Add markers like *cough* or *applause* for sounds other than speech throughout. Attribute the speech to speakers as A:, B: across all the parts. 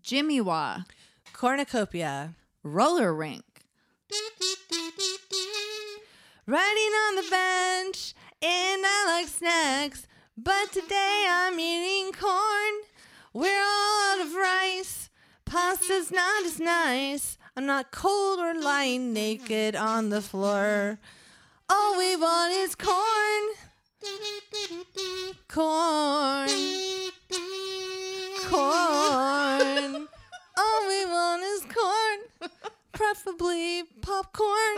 A: Jimmy Wah,
B: Cornucopia.
A: Roller Rink,
B: Riding on the bench, and I like snacks, but today I'm eating corn. We're all out of rice. Pasta's not as nice. I'm not cold or lying naked on the floor. All we want is corn. Corn. Corn. All we want is corn. Preferably popcorn.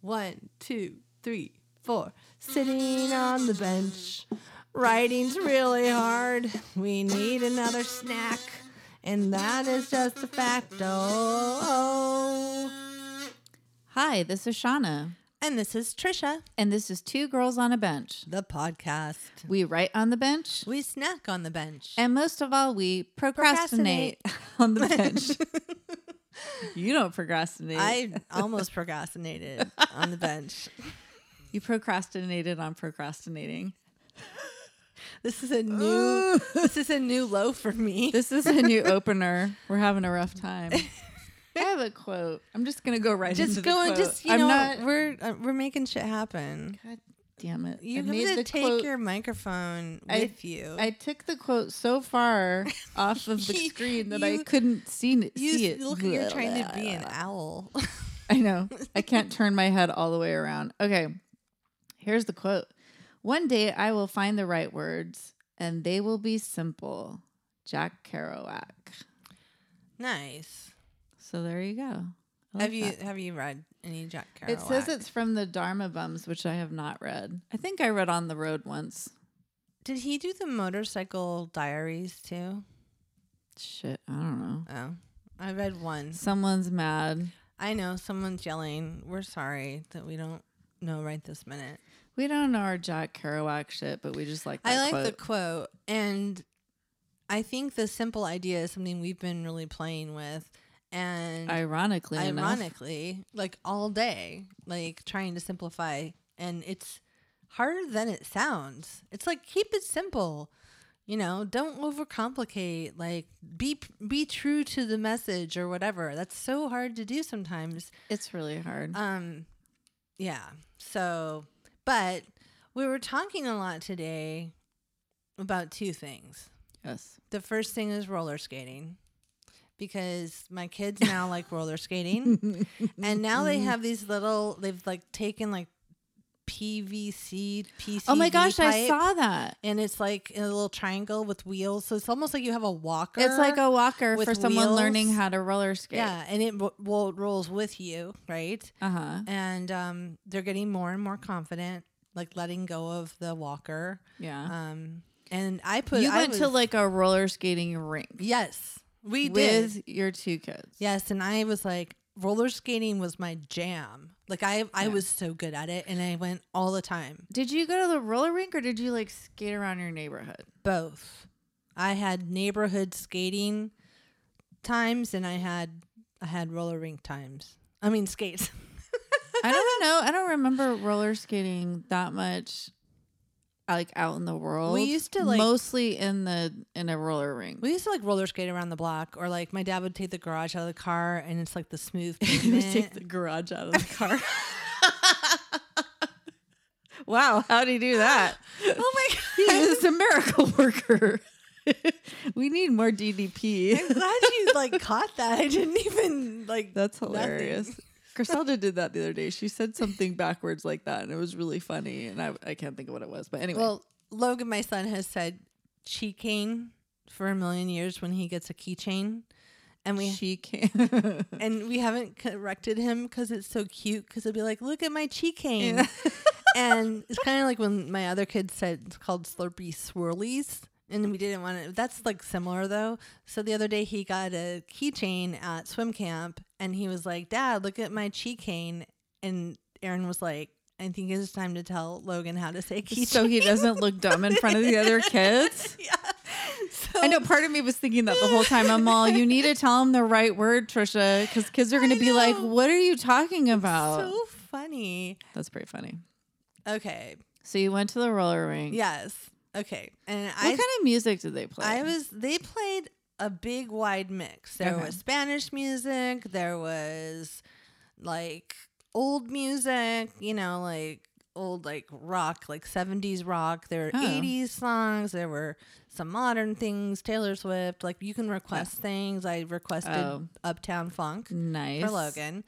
B: One, two, three, four. Sitting on the bench. Writing's really hard. We need another snack. And that is just a fact. Oh.
A: Hi, this is Shauna,
B: And this is Trisha,
A: and this is Two Girls on a Bench.
B: the podcast.
A: We write on the bench,
B: We snack on the bench. *laughs*
A: and most of all, we procrastinate, on the bench. *laughs* you don't procrastinate.
B: I almost procrastinated on the bench.
A: you procrastinated on procrastinating.
B: *laughs* This is a
A: *laughs*
B: new this is a new low for me.
A: This is a new opener. We're having a rough time. *laughs* I have a quote. I'm just gonna go right into
B: *laughs* just
A: the
B: going
A: quote.
B: just you
A: I'm
B: know
A: not-
B: we're uh, we're making shit happen.
A: God damn it!
B: You
A: I
B: have
A: made
B: to
A: the
B: take
A: quote-
B: your microphone
A: I-
B: with you.
A: I took the quote so
B: *laughs*
A: far off of the
B: You-
A: screen that I
B: you-
A: couldn't see, n-
B: you
A: see it.
B: s- look you're trying to be an owl.
A: *laughs*
B: *laughs*
A: I know. I can't turn my head all the way around. Okay. Here's the quote One day I will find the right words and they will be simple. Jack Kerouac.
B: nice.
A: So there you go. I like
B: have you
A: that.
B: have you read any Jack Kerouac?
A: It says it's from the Dharma Bums, which I have not read. I think I read On the Road once.
B: Did he do the motorcycle diaries too?
A: Shit, I don't know.
B: Oh. I read one.
A: Someone's mad.
B: I know someone's yelling. We're sorry that we don't know right this minute.
A: We don't know our Jack Kerouac shit, but we just like that
B: I like
A: quote.
B: the quote, and I think the simple idea is something we've been really playing with, and
A: ironically enough.
B: ironically, like all day, like trying to simplify, and it's harder than it sounds. It's like keep it simple, you know. Don't overcomplicate. Like be be true to the message or whatever. That's so hard to do sometimes.
A: It's really hard.
B: Um, yeah. So, but we were talking a lot today about two things.
A: yes.
B: The first thing is roller skating because my kids now like
A: *laughs*
B: roller skating, and now they have these little. They've like taken like PVC PCV.
A: Oh my gosh, I
B: pipe,
A: saw that.
B: And it's like in a little triangle with wheels, so it's almost like you have a walker.
A: It's like a walker
B: with
A: for someone
B: wheels.
A: learning how to roller skate.
B: yeah, and it w- w- rolls with you, right?
A: Uh huh.
B: and um, they're getting more and more confident, like letting go of the walker.
A: Yeah.
B: Um, and I put
A: you
B: I
A: went to
B: was-
A: like a roller skating rink
B: yes, we
A: with
B: did
A: your two kids.
B: yes, and I was like roller skating was my jam. Like I I
A: Yeah.
B: was so good at it, and I went all the time.
A: Did you go to the roller rink or did you like skate around your neighborhood?
B: Both, I had neighborhood skating times, and I had I had roller rink times. I mean skates. *laughs*
A: I don't know. I don't remember roller skating that much like out in the world.
B: used to, like-
A: mostly in the in a roller rink.
B: We used to like roller skate around the block, or like my dad would take the garage out of the car, and it's like the smooth
A: *laughs* He
B: pavement.
A: would take the garage out of
B: *laughs*
A: the car. wow, how did he do that?
B: oh my
A: *laughs*
B: god.
A: He is a miracle *laughs* worker. we need more DDP.
B: I'm glad you like caught that. I didn't even
A: *laughs*
B: like.
A: That's
B: nothing.
A: hilarious. Griselda did that the other day. She said something backwards like that, and it was really funny. And I, I can't think of what it was, but anyway.
B: Well, Logan, my son, has said cheekane for a million years when he gets a keychain, and we
A: she *laughs* can.
B: and we haven't corrected him because it's so cute. Because it'd be like, look at my cheekane,
A: *laughs*
B: and it's kind of like when my other kid said it's called Slurpee Swirlies. And we didn't want to. That's like similar though. So the other day he got a keychain at swim camp, and he was like, "Dad, look at my cheekane." And Aaron was like, "I think it's time to tell Logan how to say keychain."
A: so he doesn't look dumb in front of the other kids.
B: *laughs* yeah. So
A: I know part of me was thinking that the whole time. I'm all, you need to tell him the right word, Trisha, because kids are going to
B: I
A: be like,
B: know.
A: what are you talking about?
B: so funny.
A: That's pretty funny.
B: Okay.
A: So you went to the roller rink.
B: Yes. Okay. And
A: What
B: I
A: kind of music did they play?
B: I was they played a big wide mix. There
A: Okay.
B: was Spanish music, there was like old music, you know, like old like rock, like 70s rock, there were
A: Oh.
B: 80s songs, there were some modern things, Taylor Swift, like you can request things. I requested
A: Oh.
B: Uptown Funk
A: nice *laughs*
B: for Logan.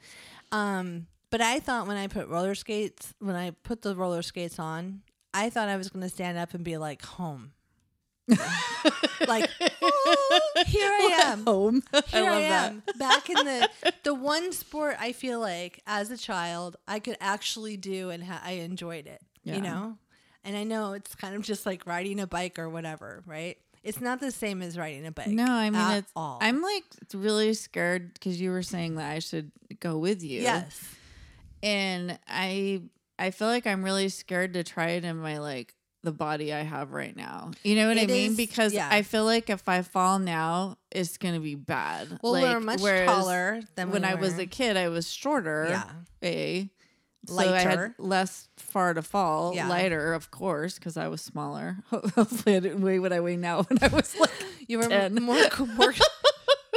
B: Um, but I thought when I put roller skates, when I put the roller skates on, I thought I was going to stand up and be
A: *laughs*
B: like home. like "Oh, here I am.
A: Home.
B: *laughs* Here I,
A: love that.
B: am. Back in the the one sport I feel like as a child I could actually do and ha- I enjoyed it.
A: Yeah.
B: You know, and I know it's kind of just like riding a bike or whatever, right? It's not the same as riding a bike.
A: No, I mean
B: at
A: it's
B: all.
A: I'm like really scared because you were saying that I should go with you.
B: yes.
A: and I I feel like I'm really scared to try it in my like the body I have right now. You know what I
B: It
A: mean?
B: is-
A: because
B: yeah.
A: I feel like if I fall now, it's gonna be bad.
B: Well,
A: like,
B: we're much
A: whereas
B: taller than
A: when
B: we
A: I was
B: were.
A: a kid, I was shorter.
B: Yeah.
A: A. So I had
B: Lighter.
A: less far to fall.
B: Yeah.
A: Lighter, of course, because I was smaller. *laughs* Hopefully, I didn't weigh what I weigh now when I was like
B: *laughs* You were
A: 10.
B: more.
A: *laughs*
B: more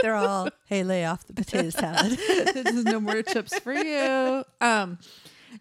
B: they're all, hey, lay off the potato salad.
A: *laughs* There's no more chips for you. Um,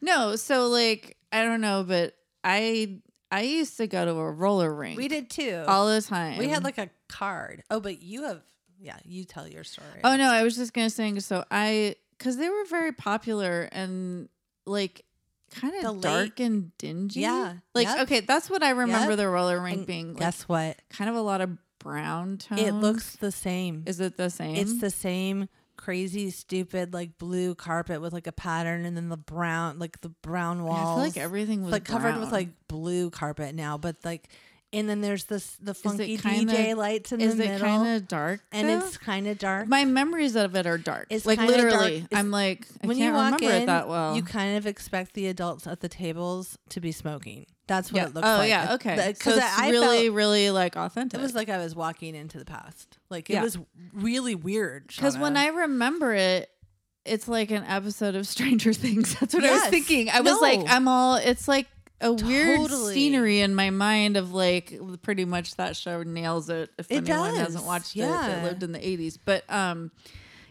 A: no, so like I don't know, but I I used to go to a roller rink
B: *laughs* we did too.
A: all the time.
B: we had like a card. Oh, but you have, yeah, you tell your story.
A: oh no, I was just gonna say so I because they were very popular and like kind
B: The
A: of
B: late-
A: dark and dingy.
B: Yeah,
A: like
B: yep.
A: okay, that's what I remember
B: Yep.
A: the roller rink
B: And
A: being. Like,
B: guess what?
A: kind of a lot of brown tones.
B: It looks the same.
A: um, Is it the same?
B: It's the same crazy, stupid, like blue carpet with like a pattern, and then the brown, like the brown
A: I
B: walls.
A: feel like everything
B: It's,
A: was
B: like covered with
A: brown.
B: like blue carpet now, but like, and then there's this the
A: it
B: funky
A: kinda-
B: DJ lights in
A: Is
B: the
A: it
B: middle,
A: kind of dark?
B: and
A: though?
B: it's kind of dark.
A: My memories of it are dark.
B: It's
A: like
B: kinda
A: literally,
B: dark. It's-
A: I'm like I
B: when
A: can't
B: you walk
A: remember
B: in,
A: it that well.
B: you kind of expect the adults at the tables to be smoking. That's what
A: yeah.
B: it looks
A: oh
B: like.
A: yeah. Okay. so
B: Because
A: it's
B: I
A: really,
B: really,
A: really like authentic.
B: it was like I was walking into the past. Like it
A: Yeah.
B: was really weird.
A: because when I
B: Shauna.
A: remember it, it's like an episode of Stranger *laughs* Things. That's what I was
B: Yes.
A: thinking. I was like,
B: No.
A: I'm all. It's like a weird
B: Totally.
A: scenery in my mind of like pretty much that show nails it. If
B: It
A: anyone hasn't
B: does.
A: watched it, that
B: Yeah.
A: lived in the 80s, but um,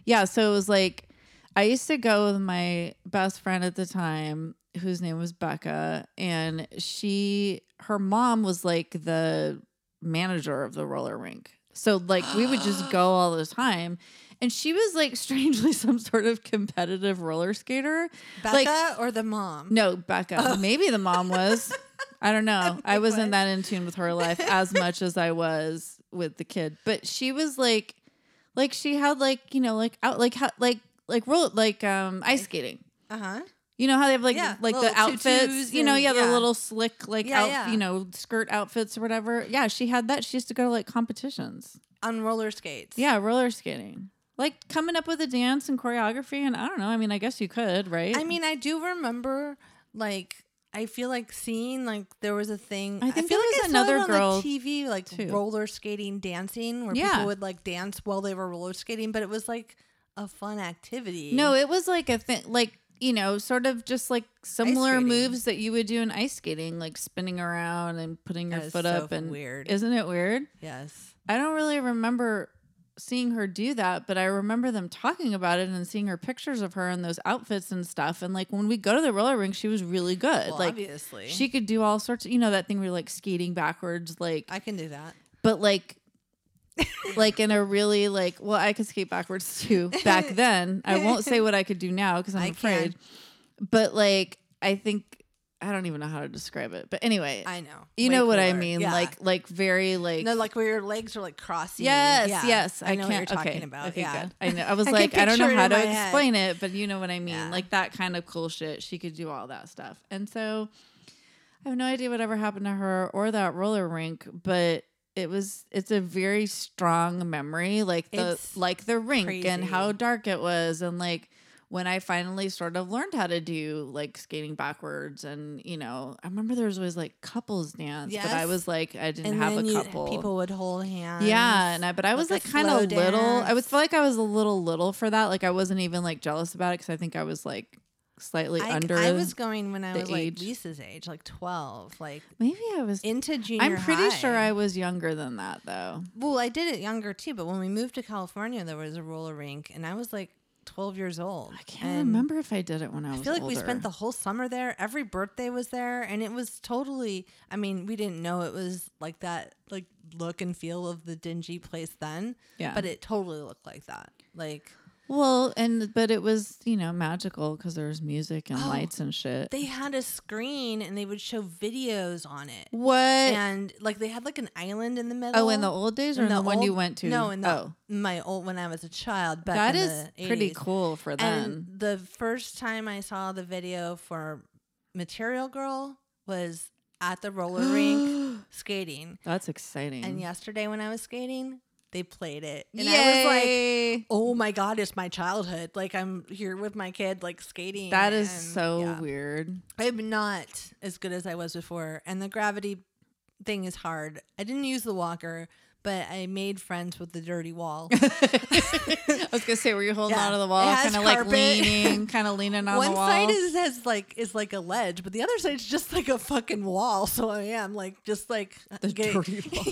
A: yeah. So it was like I used to go with my best friend at the time, whose name was Becca, and she her mom was like the manager of the roller rink. So like we would
B: *gasps*
A: just go all the time. And she was like *laughs* strangely some sort of competitive roller skater.
B: Becca
A: like-
B: or the mom.
A: No, Becca. Maybe the mom
B: *laughs*
A: was. I don't know. I wasn't
B: Oh. what?
A: that in tune with her life as much as I was with the kid. But she was like like she had like, you know, like out like how like like roll like um ice skating.
B: Uh huh.
A: You know how they have like
B: Yeah,
A: like the
B: little
A: outfits,
B: tutus
A: you know,
B: and-
A: yeah, the
B: yeah.
A: little slick like
B: Yeah,
A: out,
B: yeah.
A: you know, skirt outfits or whatever. Yeah, she had that. She used to go to like competitions.
B: On roller skates.
A: Yeah, roller skating. Like coming up with a dance and choreography and I don't know. I mean, I guess you could, right?
B: I mean, I do remember like. I feel like seeing like there was a thing.
A: I think
B: feel
A: there
B: like
A: was
B: I saw it
A: another
B: on, like,
A: girl,
B: TV like
A: too.
B: roller skating dancing where
A: Yeah.
B: people would like dance while they were roller skating, but it was like a fun activity.
A: No, it was like a thing like you know, sort of just like similar
B: skating.
A: moves that you would do in ice skating, like spinning around and putting your
B: That is
A: foot
B: so
A: up and
B: weird.
A: Isn't it weird?
B: yes.
A: I don't really remember seeing her do that, but I remember them talking about it and seeing her pictures of her in those outfits and stuff. And like when we go to the roller rink, she was really good.
B: Well,
A: like
B: obviously.
A: she could do all sorts of you know that thing where you're like skating backwards, like
B: I can do that.
A: but like like in a really like well, I could skate backwards too
B: *laughs*
A: back then. I won't say what I could do now because I'm
B: I
A: afraid. But like I think I don't even know how to describe it. But anyway,
B: I know.
A: you
B: Way
A: know what I
B: cooler.
A: mean?
B: Yeah.
A: Like like very like
B: no, like where your legs are like crossing.
A: Yes,
B: Yeah.
A: yes.
B: I, know what
A: can't-
B: you're talking
A: okay,
B: about.
A: okay,
B: yeah.
A: good. I know.
B: *laughs*
A: I was
B: I can
A: like, I don't know
B: picture it
A: how
B: in
A: to
B: my head.
A: explain it, but you know what I mean.
B: Yeah.
A: Like that kind of cool shit. She could do all that stuff. And so I have no idea whatever happened to her or that roller rink, but it was it's a very strong memory. Like the
B: It's
A: like the rink and
B: crazy.
A: how dark it was and like when I finally sort of learned how to do like skating backwards and you know, I remember there was always like couples dance, but I
B: Yes.
A: was like I didn't
B: And
A: have
B: then
A: a
B: you-
A: couple.
B: people would hold hands.
A: Yeah, and I, but I was like
B: like a
A: kind of
B: slow
A: little. I would
B: dance.
A: feel like I was a little little for that. Like I wasn't even like jealous about it because I think I was like slightly
B: I,
A: under.
B: I was going when I
A: the
B: was like
A: age.
B: Lisa's age, like twelve, like
A: maybe I was.
B: into junior.
A: I'm pretty
B: high.
A: sure I was younger than that though.
B: Well, I did it younger too, but when we moved to California, there was a roller rink, and I was like twelve years old.
A: I can't remember if I did it when I was.
B: I feel like we
A: older.
B: spent the whole summer there. Every birthday was there, and it was totally. I mean, we didn't know it was like that, like look and feel of the dingy place then.
A: Yeah.
B: but it totally looked like that. Like
A: Well, and but it was you know magical because there was music and
B: Oh,
A: lights and shit.
B: they had a screen, and they would show videos on it,
A: what?
B: and like they had like an island in the middle.
A: oh, in the old days or in the, one you
B: old-
A: went to?
B: No, in the
A: oh,
B: my old when I was a child. Back
A: that
B: in
A: is
B: the
A: pretty
B: 80s.
A: cool for
B: And
A: them.
B: the first time I saw the video for Material Girl was at the roller
A: *gasps*
B: rink skating.
A: That's exciting.
B: And yesterday when I was skating, they played it. And I was like,
A: Yay!
B: oh my God, it's my childhood. Like I'm here with my kid, like skating.
A: that is
B: and-
A: so
B: yeah. *laughs*
A: weird.
B: I'm not as good as I was before. And the gravity thing is hard. I didn't use the walker, but I made friends with the
A: *laughs*
B: dirty wall.
A: I was gonna say, were you holding
B: Yeah.
A: onto the
B: It
A: wall,
B: has
A: kind of like
B: carpet. *laughs*
A: leaning, kind of leaning on
B: One
A: the wall?
B: side is *laughs* has like is like a ledge, but the other side's just like a fucking wall. So I am like just like
A: the dirty wall,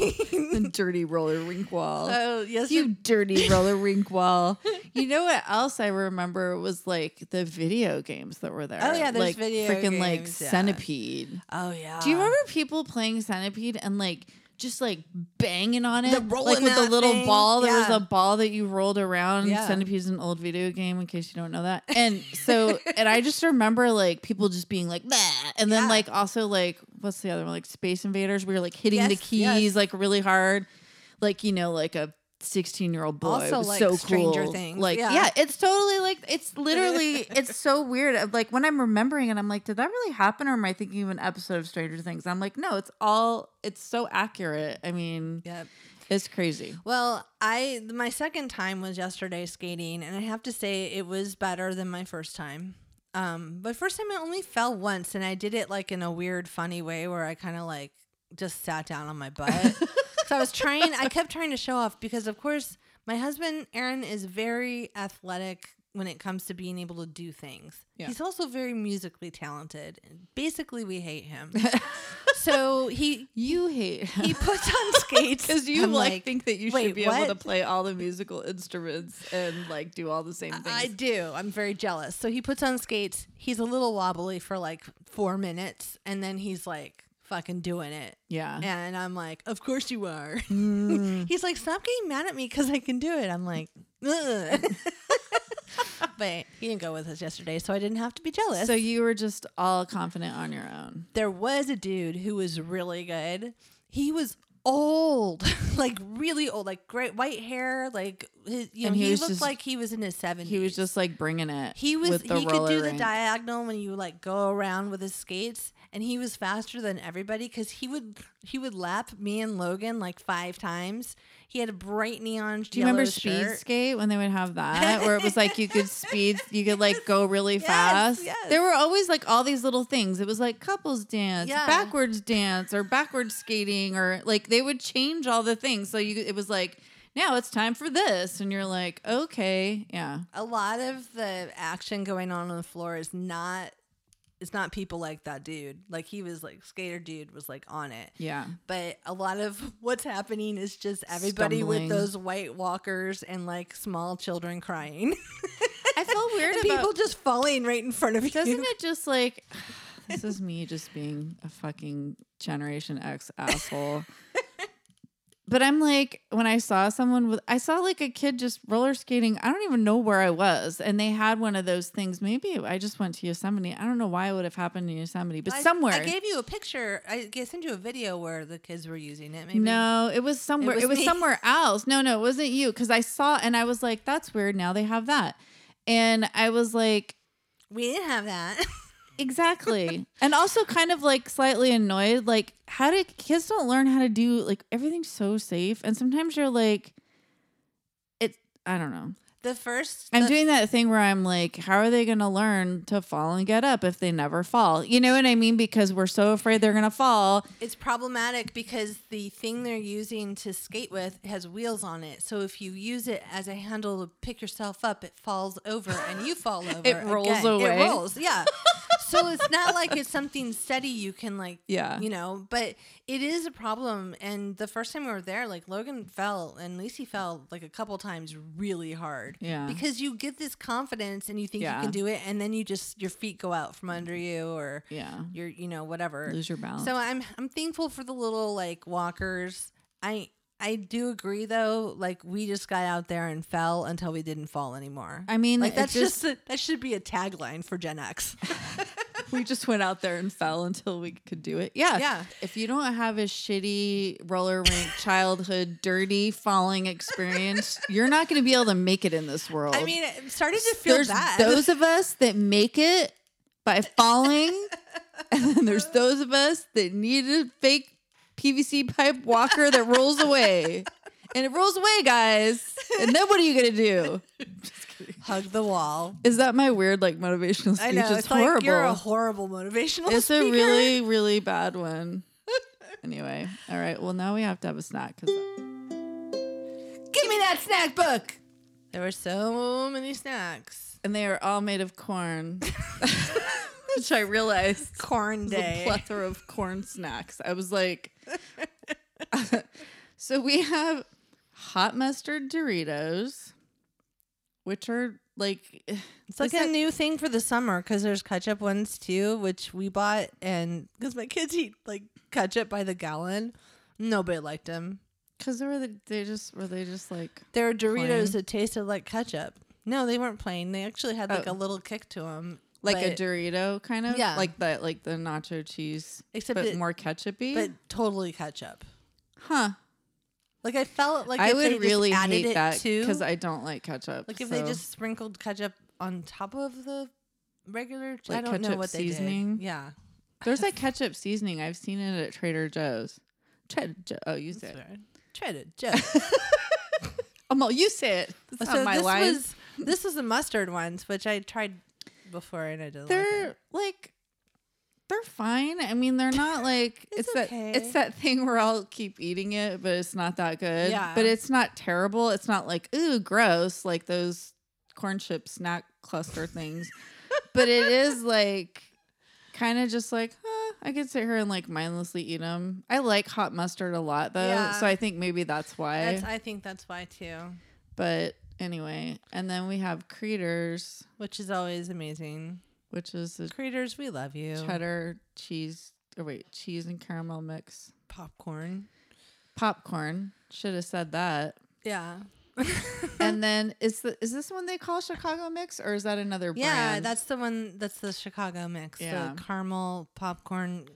A: the dirty roller rink wall.
B: *laughs* so yes, *laughs*
A: you dirty roller rink wall. You know what else I remember was like the video games that were there.
B: Oh, yeah, there's
A: like
B: video
A: freaking like
B: games, yeah.
A: Centipede.
B: Oh yeah.
A: Do you remember people playing Centipede and like just like banging on it,
B: The
A: like
B: rolling
A: with the
B: that
A: little
B: thing,
A: ball? There
B: yeah.
A: was a ball that you rolled around.
B: Yeah.
A: Centipede's an old video game, in case you don't know that. And
B: *laughs*
A: so, and I just remember like people just being like, "Bah," and then
B: Yeah.
A: like also like what's the other one? Like Space Invaders. We were like hitting the
B: Yes,
A: keys
B: yes.
A: like really hard, like you know, like a. 16 year old boy
B: Also,
A: It was
B: like,
A: so
B: Stranger
A: cool
B: Things,
A: like
B: yeah.
A: yeah it's totally like *laughs* it's literally it's so weird. Like when I'm remembering and I'm like, did that really happen or am I thinking of an episode of Stranger Things? I'm like, no, it's all it's so accurate. I mean,
B: Yep.
A: it's crazy.
B: Well, I my second time was yesterday skating, and I have to say it was better than my first time. Um, but first time I only fell once, and I did it like in a weird, funny way where I kind of like just sat down on my butt. so I was trying, I kept trying to show off because, of course, my husband Aaron is very athletic when it comes to being able to do things.
A: Yeah.
B: He's also very musically talented. and Basically, we hate him. so he
A: You hate *laughs*
B: he puts on skates
A: because you
B: I'm
A: like, think that you
B: "Wait,
A: should be
B: what?"
A: able to play all the musical instruments and like do all the same things.
B: I do. I'm very jealous. So he puts on skates. He's a little wobbly for like four minutes, and then he's like fucking doing it.
A: yeah. Mm.
B: And I'm like, of course you are. *laughs* he's like, stop getting mad at me because I can do it. I'm like, Ugh. *laughs* but he didn't go with us yesterday, so I didn't have to be jealous.
A: So you were just all confident on your own.
B: there was a dude who was really good. He was old, *laughs* like really old, like great white hair, like his, you know,
A: And he
B: he,
A: was
B: looked
A: just-
B: like he was in his seventies.
A: He was just like bringing it.
B: He was
A: with the
B: he could do
A: roller
B: the
A: rink.
B: diagonal when you like go around with his skates and he was faster than everybody cuz he would he would lap me and Logan like 5 times. He had a bright neon
A: Do you remember speed skate when they would
B: *laughs*
A: have that, where it was like you could speed, you could like go really
B: Yes,
A: fast?
B: yes.
A: There were always like all these little things. It was like couples dance,
B: Yeah.
A: backwards dance, or backwards skating, or like they would change all the things. So you, it was like now it's time for this, and you're like, okay, yeah,
B: A lot of the action going on on the floor is not it's not people like that dude. Like he was like skater dude was like on it. *laughs*
A: yeah.
B: But a lot of *laughs* what's happening is just everybody
A: Stumbling.
B: with those white walkers and like small children crying.
A: I felt weird
B: and
A: about.
B: *laughs* people just falling right in front of you. *laughs*
A: doesn't it just like *sighs* this is me just being a fucking generation x
B: *laughs*
A: asshole but i'm like when i saw someone with i saw like a kid just roller skating i don't even know where i was and they had one of those things maybe i just went to yosemite i don't know why it would have happened in yosemite but
B: I-
A: somewhere
B: I gave you a picture. I g- sent you a video where the kids were using it. Maybe.
A: No, it was somewhere. It was,
B: was me.
A: somewhere else. No, no, it wasn't you. Because I saw and I was like, "That's weird." Now they have that, and I was like,
B: we didn't have that. *laughs*
A: Exactly. and also kind of like slightly annoyed. Like, how do kids don't learn how to do like everything's so safe? And sometimes you're like, it, I don't know.
B: The first
A: I'm
B: the-
A: doing that thing where I'm like, how are they going to learn to fall and get up if they never fall? You know what I mean? Because we're so afraid they're going to fall.
B: it's problematic because the thing they're using to skate with has wheels on it. So if you use it as a handle to pick yourself up, it falls over and
A: *laughs*
B: you fall over.
A: It rolls
B: again.
A: away.
B: It
A: *laughs*
B: rolls, yeah. so it's not like it's something steady you can like
A: Yeah.
B: you know, but it is a problem and the first time we were there, like Logan fell and Lacey fell like a couple times really hard.
A: Yeah.
B: Because you get this confidence and you think
A: Yeah.
B: you can do it and then you just your feet go out from under you or
A: Yeah.
B: your you know, whatever.
A: Lose your balance.
B: So I'm I'm thankful for the little like walkers. I I do agree though. Like we just got out there and fell until we didn't fall anymore.
A: I mean,
B: like
A: it
B: that's
A: just-
B: just, a, that should be a tagline for
A: *laughs*
B: Gen X.
A: we just went out there and fell until we could do it. Yeah.
B: Yeah.
A: If you don't have a shitty roller rink childhood dirty falling experience, you're not going to be able to make it in this world.
B: I mean, it started to feel
A: there's
B: bad.
A: those of us that make it by falling, and then there's those of us that need a fake PVC pipe walker that rolls away. And it rolls away, guys. And then what are you gonna do?
B: *laughs* Hug the wall.
A: Is that my weird like motivational speech?
B: I know
A: it's,
B: it's
A: horrible.
B: like you're a horrible motivational.
A: it's a
B: speaker.
A: really, really bad one. Anyway, all right. Well, now we have to have a snack because
B: give me that snack book. There were so many snacks.
A: and they are all made of corn, *laughs* which I realized
B: Corn
A: was a
B: day.
A: plethora of corn snacks. I was like, *laughs* so we have hot mustard Doritos, which are like, *sighs*
B: It's like a new thing for the summer because there's ketchup ones too, which we bought and because my kids eat like ketchup by the gallon. Nobody liked them.
A: because they were the, they just were they just like
B: There were Doritos
A: Plain?
B: that tasted like ketchup. No, they weren't plain. They actually had like
A: Oh.
B: a little kick to them,
A: like a
B: but,
A: Dorito kind of
B: Yeah.
A: like that like the nacho cheese
B: Except
A: but
B: it-
A: more ketchupy.
B: but totally ketchup.
A: huh?
B: Like I felt like
A: I
B: if they
A: would
B: just
A: really
B: added
A: hate
B: it
A: that
B: too,
A: because I don't like ketchup.
B: like if they
A: so-
B: just *laughs* sprinkled ketchup on top of the regular. I
A: Like
B: don't know
A: ketchup
B: what they
A: seasoning?
B: did. Yeah,
A: there's that ketchup seasoning. I've seen it at Trader Joe's. Trader Joe. Oh, you say it.
B: Sorry. tried it. Just.
A: Oh, you say it. It's not my
B: Uh, this
A: line. *laughs*
B: was this was the mustard ones, which I tried before and I didn't. like
A: they're
B: it.
A: like they're fine. I mean, they're not like it's,
B: *laughs* It's
A: that it's
B: okay.
A: that thing where I'll keep eating it, but it's not that good.
B: Yeah.
A: But it's not terrible. It's not like ooh gross like those corn chip snack cluster
B: *laughs*
A: things. but it is like kind of just like huh, I could sit here and like mindlessly eat them. I like hot mustard a lot though,
B: Yeah.
A: so I think maybe that's why.
B: That's, I think that's why too,
A: but anyway, and then we have Creeders,
B: which is always amazing.
A: which is a
B: Creators, we love you.
A: cheddar cheese or wait cheese and caramel mix
B: Popcorn.
A: popcorn should have said that *laughs*
B: Yeah.
A: and then is the, is this one they call chicago mix or is that another brand
B: Yeah, that's the one. That's the Chicago mix.
A: Yeah.
B: The caramel popcorn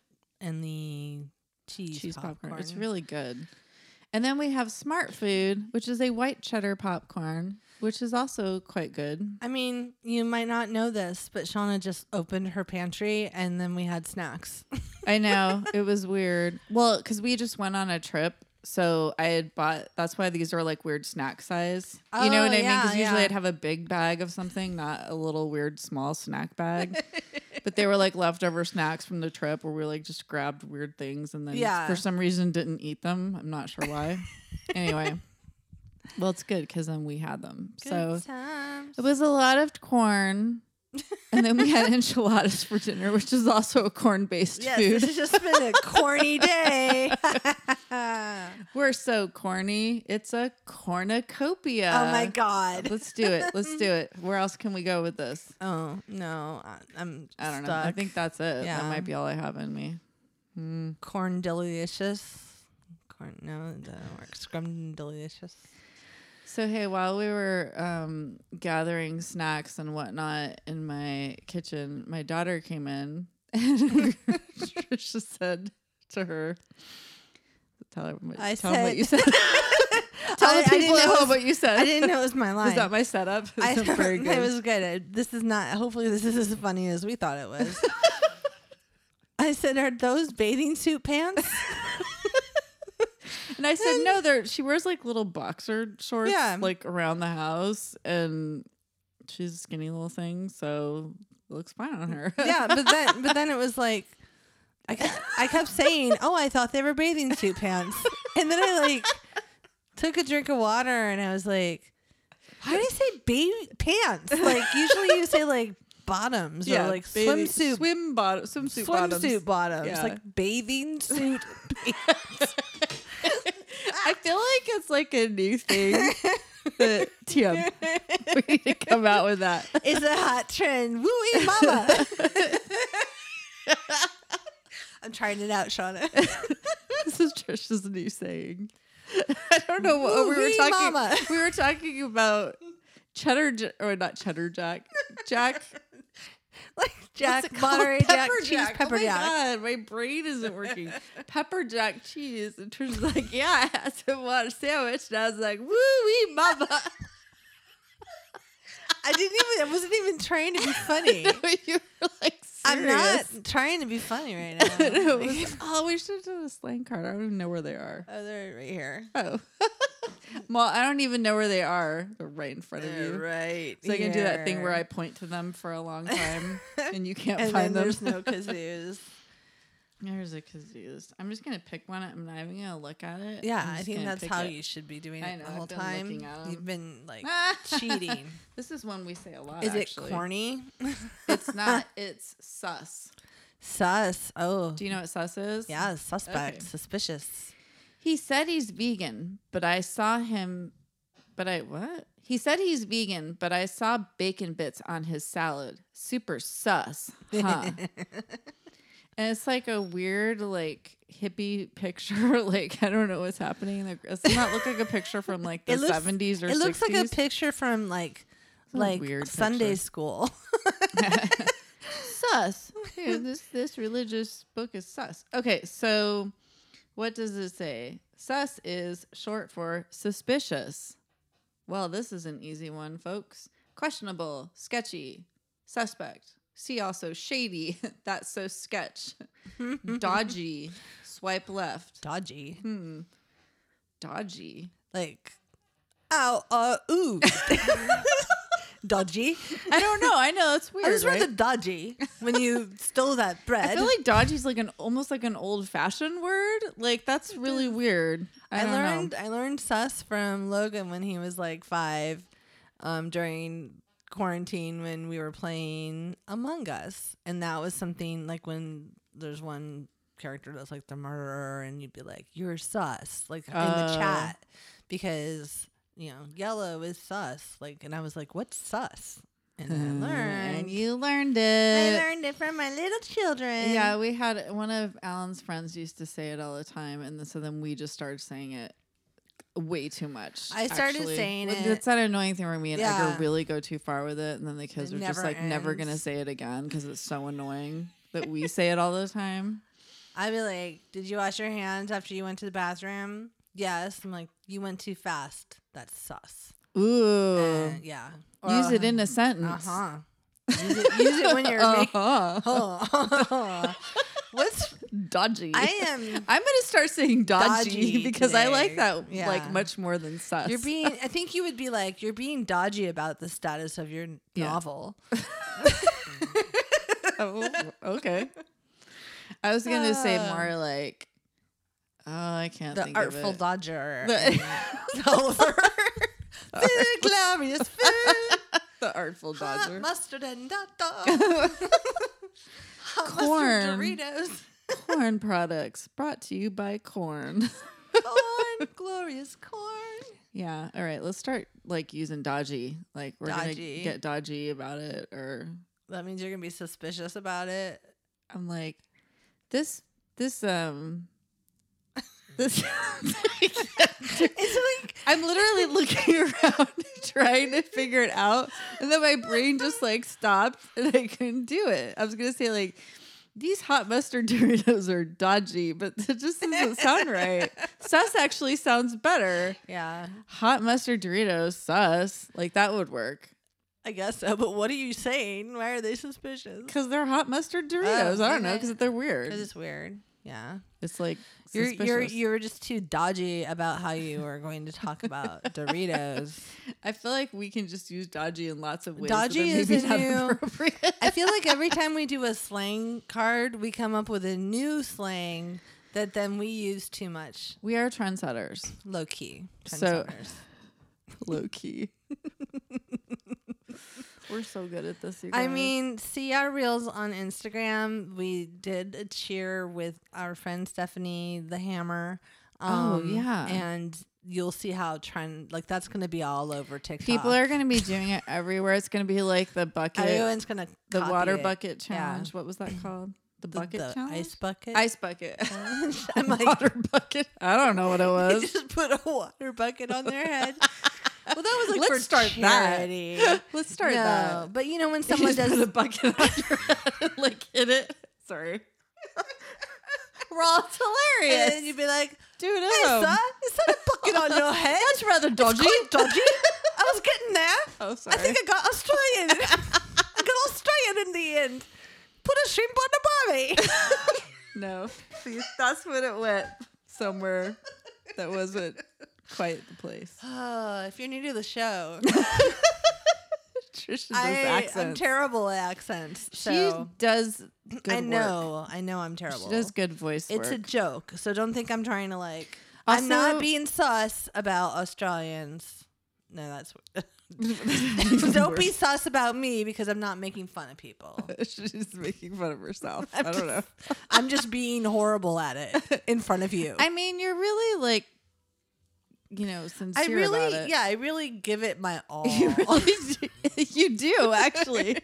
B: and the cheese,
A: cheese popcorn.
B: popcorn.
A: it's really good and then we have smart food which is a white cheddar popcorn which is also quite good
B: I mean, you might not know this, but Shauna just opened her pantry and then we had snacks.
A: i know it was weird well because we just went on a trip so I had bought. That's why these are like weird snack size. you know
B: Oh,
A: what I mean?
B: yeah,
A: Because usually
B: yeah.
A: I'd have a big bag of something, not a little weird small snack
B: *laughs*
A: bag. but they were like leftover snacks from the trip where we like just grabbed weird things and then
B: Yeah.
A: for some reason didn't eat them. I'm not sure
B: *laughs*
A: why. anyway, well, it's good because then we had them. so
B: times.
A: it was a lot of corn. and then we had
B: *laughs*
A: enchiladas for dinner, which is also a corn based
B: Yes,
A: food.
B: this has just been a corny day. *laughs*
A: We're so corny. It's a cornucopia.
B: oh my god.
A: Let's do it. Let's do
B: *laughs*
A: it. Where else can we go with this?
B: Oh no, I- I'm
A: I don't know.
B: stuck.
A: I think that's it. That
B: Yeah.
A: might be all I have in me.
B: corn delicious. Corn no, that doesn't work. Scrum
A: *laughs*
B: delicious.
A: So hey, while we were um, gathering snacks and whatnot in my kitchen, my daughter came in *laughs* and Trisha said to her, "Tell her what,
B: I
A: tell 'em what
B: said-
A: you said.
B: *laughs*
A: tell
B: I- I
A: the
B: didn't
A: people at
B: know it
A: home
B: was-
A: what you said.
B: I didn't know it was my line.
A: Is that my setup? *laughs* Is
B: I,
A: that
B: *laughs*
A: very good?
B: It was good. I- this is not. Hopefully, this is as funny as we thought
A: *laughs*
B: it was. I said, "Are those bathing suit pants?"
A: And And I said, no, there. She wears like little boxer shorts,
B: Yeah.
A: like around the house, and she's a skinny little thing, so looks fine on her. *laughs*
B: yeah, but then but then it was like I kept, I kept saying, "Oh, I thought they were bathing suit pants," and then I like took a drink of water and I was like, "Why
A: *laughs*
B: did I say ba- pants?" Like usually you say like bottoms or like
A: bathing-
B: swimsuit
A: swim bottom, swimsuit, bottoms.
B: swimsuit bottoms,
A: Yeah.
B: like bathing suit. Ah.
A: I feel like it's like a
B: *laughs*
A: new thing. that TM, *laughs* we need to come out with that. *laughs*
B: It's a hot trend. Woo wee *laughs* mama. I'm trying it out, Shauna.
A: This is Trish's new saying. *laughs* I don't know what oh,
B: Ooh,
A: we were
B: wee
A: talking.
B: mama.
A: We were talking about cheddar J- or not cheddar jack. Jack,
B: Like
A: what's
B: Jack,
A: it called?
B: Monterey Jack,
A: Pepper
B: cheese, pepper
A: oh my
B: jack.
A: god, my brain isn't working.
B: *laughs*
A: pepper jack cheese. And Trish's like, yeah, I had some water sandwich, and I was like, woo wee mama. *laughs*
B: I didn't even. I wasn't even trying to be
A: *laughs*
B: funny.
A: you were like, serious.
B: I'm not *laughs* trying to be funny *laughs* right now.
A: it *laughs* was, oh, we should have done a slang card. I don't even know where they are.
B: oh, they're right here.
A: Oh. *laughs* well, I don't even know where they are. They're right in front of you.
B: right.
A: So I can do that thing where I point to them for a
B: *laughs*
A: long time and you can't
B: and
A: find
B: then
A: them.
B: there's
A: *laughs*
B: no kazoos.
A: There's a kazoos. I'm just gonna pick one. I'm not even gonna look at it.
B: Yeah,
A: I'm
B: I
A: just
B: think
A: gonna
B: that's
A: pick
B: how
A: it.
B: you should be doing
A: I
B: it
A: know,
B: the
A: I've
B: whole
A: been
B: time.
A: looking at 'em.
B: You've been
A: *laughs*
B: like cheating.
A: This is one we say a lot.
B: Is it
A: actually.
B: corny?
A: *laughs* It's
B: *laughs*
A: not. It's sus.
B: Sus. Oh,
A: Do you know what sus is?
B: yeah. Suspect.
A: Okay.
B: Suspicious.
A: He said he's vegan, but I saw him. But I what? He said he's vegan, but I saw bacon bits on his salad. Super sus,
B: *laughs*
A: huh? And it's like a weird, like hippie picture. *laughs* like I don't know what's happening. Like it does not look like a picture from like the
B: It looks-
A: seventies or
B: it looks like a
A: 60s.
B: picture from like
A: a
B: like
A: weird
B: Sunday
A: picture.
B: school. *laughs*
A: *laughs* sus. Here, this this religious book is sus. Okay, so what does it say? Sus is short for suspicious. Well, this is an easy one, folks. Questionable, sketchy, suspect. See also shady. *laughs* That's so sketch. Dodgy. Swipe left.
B: Dodgy.
A: Hmm. Dodgy.
B: Like, ow, uh, ooh. *laughs* Dodgy.
A: I don't know. *laughs* I know that's weird.
B: I just
A: right?
B: read the dodgy when you stole that bread.
A: I feel like dodgy's like an almost like an old fashioned word. Like that's really weird. I,
B: I
A: don't know.
B: learned I learned sus from Logan when he was like five, um, during quarantine when we were playing Among Us, and that was something like when there's one character that's like the murderer, and you'd be like, "You're sus," like in the
A: Oh.
B: chat, because you know yellow is sus, like, and I was like, "What's sus?" And then I
A: Mm-hmm. And
B: learned.
A: you learned Hmm,
B: I
A: it.
B: learned it from my little children.
A: Yeah, we had one of Alan's friends used to say it all the time, and then- so then we just started saying it way too much.
B: I started saying
A: Well,
B: it.
A: It's that annoying thing where me and
B: Yeah.
A: Edgar really go too far with it, and then the kids
B: It
A: are just
B: never
A: like never
B: ends.
A: gonna say it again because it's so annoying that
B: *laughs*
A: we say it all the time.
B: I'd be like, "Did you wash your hands after you went to the bathroom?" Yes. I'm like, "You went too fast. That's sus."
A: Ooh,
B: And yeah.
A: use it
B: *laughs*
A: in a
B: Uh
A: sentence.
B: huh. Use it, use
A: *laughs*
B: it when you're. making
A: Uh-huh.
B: *laughs* What's
A: dodgy.
B: I
A: *laughs*
B: am.
A: I'm gonna start saying dodgy, *laughs*
B: Dodgy
A: because I like
B: today.
A: that
B: Yeah.
A: like much more than sus.
B: You're being. I think you would be like, "You're being dodgy about the status of your
A: Yeah.
B: novel." *laughs*
A: Oh, okay. I was gonna say
B: Uh.
A: more like, oh, I can't
B: The
A: think
B: Artful
A: of it.
B: Dodger. *laughs*
A: *laughs* The,
B: Oliver. Food, glorious food.
A: the artful
B: *laughs*
A: dodger.
B: Hot mustard and
A: *laughs*
B: hot dog. *laughs* Hot
A: Corn.
B: mustard Doritos.
A: corn products brought to you by corn. *laughs*
B: corn, glorious corn.
A: yeah. All right. Let's start like using dodgy. Like we're
B: Dodgy.
A: gonna get dodgy about it, or
B: That means you're gonna be suspicious about it.
A: I'm like, this, this, um, *laughs* this.
B: *laughs*
A: *laughs*
B: *laughs* It's like
A: I'm literally looking *laughs* around trying to figure it out. And then my brain just like stopped and I couldn't do it. I was going to say, like, these hot mustard *laughs* Doritos are dodgy, but that just doesn't sound
B: *laughs*
A: right. Sus actually sounds better.
B: yeah,
A: Hot mustard Doritos, sus. Like, that would work.
B: I guess so. But what are you saying? Why are they suspicious? Oh,
A: Because they're hot mustard Doritos. I don't know,
B: okay.
A: because they're weird.
B: Because it's weird. Yeah,
A: It's like
B: You're you're
A: suspicious.
B: you're just too dodgy about how you are going to talk about *laughs* Doritos.
A: I feel like we can just use dodgy in lots of ways.
B: Dodgy
A: that are
B: is
A: maybe
B: a
A: not
B: new-
A: appropriate. *laughs*
B: I feel like every time we do a slang card, we come up with a new slang that then we use too much,
A: we are trendsetters,
B: low key.
A: So-
B: trendsetters.
A: low key. We're so good at this. You
B: I
A: guys.
B: mean, see our reels on Instagram. We did a cheer with our friend Stephanie the Hammer. um,
A: Oh, yeah.
B: and you'll see how trend like that's going to be all over TikTok.
A: people are going to be doing it everywhere. It's going to be like the bucket,
B: everyone's going to
A: the water bucket challenge. What was that called? The
B: the,
A: bucket
B: the
A: challenge.
B: ice bucket. *laughs*
A: Ice bucket. *laughs*
B: I'm like,
A: water bucket. I don't know what it
B: *laughs* they *laughs*
A: was.
B: just put a water bucket on
A: *laughs*
B: their head. well, that was like
A: Let's
B: for
A: start that.
B: charity.
A: Let's start
B: no,
A: that.
B: but you know when
A: You
B: *laughs* someone
A: just put
B: does
A: a bucket on your head and like hit it. Sorry.
B: *laughs*
A: *laughs*
B: raw, it's
A: hilarious.
B: and then you'd be like,
A: Dude,
B: *laughs* Lisa, is that a bucket on your head?
A: Um, That's rather dodgy.
B: quite dodgy. I was getting there.
A: *laughs* Oh, sorry.
B: I think I got Australian. I got Australian in the end. Put a shrimp on a barbie.
A: no. See, *laughs* that's what it went somewhere that wasn't quite the place.
B: oh, if you're new to
A: *laughs*
B: the show,
A: Trisha does
B: I, I'm
A: accents.
B: terrible at accents. So
A: she *clears throat* does good
B: I
A: work.
B: know, I know, I'm terrible.
A: She does good voice
B: it's
A: *laughs*
B: a
A: work.
B: joke, so don't think I'm trying to like. I'm
A: Also-
B: not being sus about Australians. No, that's. *laughs*
A: It's
B: don't be sus about me because I'm not making fun of people.
A: *laughs* She's making fun of *laughs* herself. I don't know. *laughs*
B: I'm just being horrible at it in front of you.
A: I mean, you're really like, you know, sincere
B: I really,
A: about it. *laughs*
B: yeah, I really give it my all.
A: You
B: *laughs*
A: really do. *laughs* you do actually.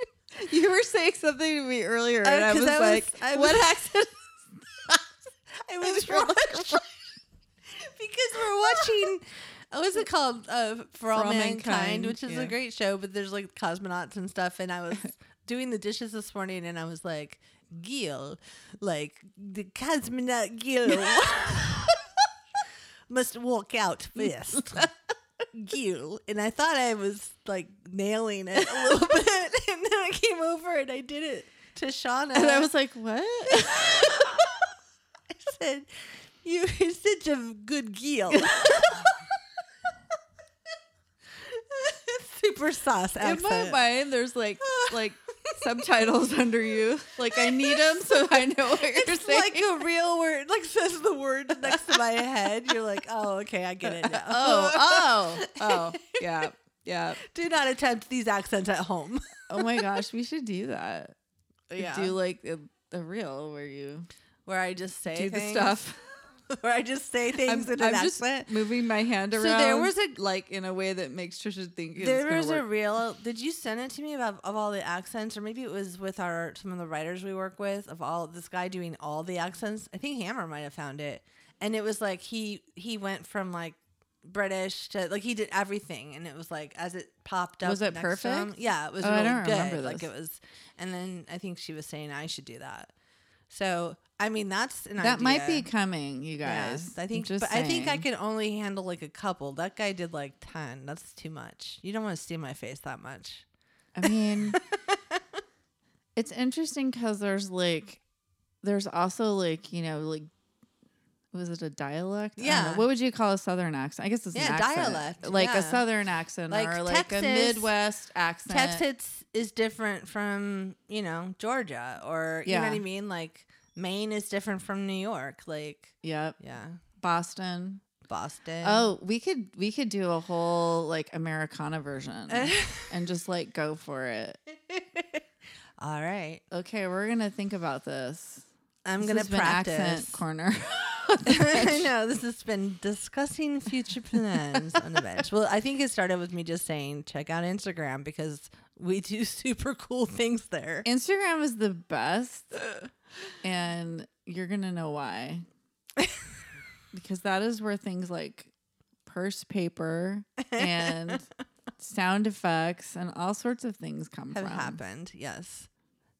A: *laughs* you were saying something to me earlier, and I
B: 'cause
A: was
B: I was-
A: like,
B: I
A: "What
B: was-
A: *laughs* accent?" *laughs*
B: I was watching because we're watching. uh, What's it called? Uh, For All,
A: All
B: Mankind,
A: Mankind,
B: which is
A: yeah.
B: a great show, but there's like cosmonauts and stuff. And
A: *laughs*
B: I was doing the dishes this morning, and I was like, "Gil, like the cosmonaut Gil
A: *laughs*
B: must walk out first.
A: *laughs*
B: Gil." And I thought I was like nailing it a little *laughs* bit, and then I came over and I did it to Shauna,
A: And I was like, "What?"
B: I *laughs* said, *laughs* "You're such a good *laughs* Gil." Super
A: *laughs*
B: sauce
A: In my
B: accent.
A: mind, there's *laughs* like like subtitles under you. Like I need them so I know what you're
B: it's
A: saying.
B: like a real word. Like says the word next *laughs* to my head. You're like, "Oh, okay, I get it now." *laughs*
A: oh,
B: uh,
A: oh, oh, yeah, yeah.
B: do not attempt these accents at home.
A: Oh my gosh, we should do that.
B: Yeah.
A: Do like a, a reel where you
B: Where I just say
A: do the
B: things- *laughs*
A: stuff.
B: Where I just say things in an accent.
A: moving my hand around.
B: So there was a
A: like in a way that makes Trisha think it's
B: There
A: gonna
B: was a
A: work.
B: real. Did you send it to me about of all the accents, or maybe it was with our some of the writers we work with of all this guy doing all the accents? I think Hammer might have found it, and it was like he he went from like British to like he did everything, and it was like as it popped up.
A: Was it
B: next to him-
A: perfect?
B: Yeah, it was
A: Oh, I
B: really
A: don't
B: good.
A: remember
B: Like
A: this.
B: it was, and then I think she was saying I should do that. So I mean that's an
A: that might be
B: idea.
A: coming, you
B: Yeah,
A: guys.
B: I
A: I'm
B: think,
A: just
B: but I think I
A: saying.
B: can only handle like a couple. That guy did like ten. That's too much. You don't want to see my face that much.
A: I mean, it's interesting because there's like, there's also like you know like, was it a dialect? I don't know.
B: Yeah.
A: What would you call a southern accent? I guess it's an
B: Yeah,
A: accent.
B: dialect,
A: like
B: yeah.
A: a southern accent
B: Like
A: or like
B: Texas-
A: a Midwest accent.
B: Texas is different from you know Georgia or you know what
A: Yeah.
B: I mean. Like Maine is different from New York. Like
A: Yep.
B: yeah,
A: Boston.
B: Boston.
A: Oh, we could we could do a whole like Americana
B: *laughs*
A: version and just like go for it.
B: all right.
A: Okay, we're gonna think about this.
B: I'm
A: This
B: gonna
A: has been
B: practice.
A: accent corner.
B: *laughs*
A: *laughs*
B: I know this has been discussing future plans on the bench. Well, I think it started with me just saying check out Instagram because we do *laughs* super cool things there.
A: Instagram is the
B: *laughs*
A: best, and you're gonna know why. because that is where things like purse paper
B: *laughs*
A: and sound effects and all sorts of things come
B: have
A: from.
B: happened. Oh. Yes.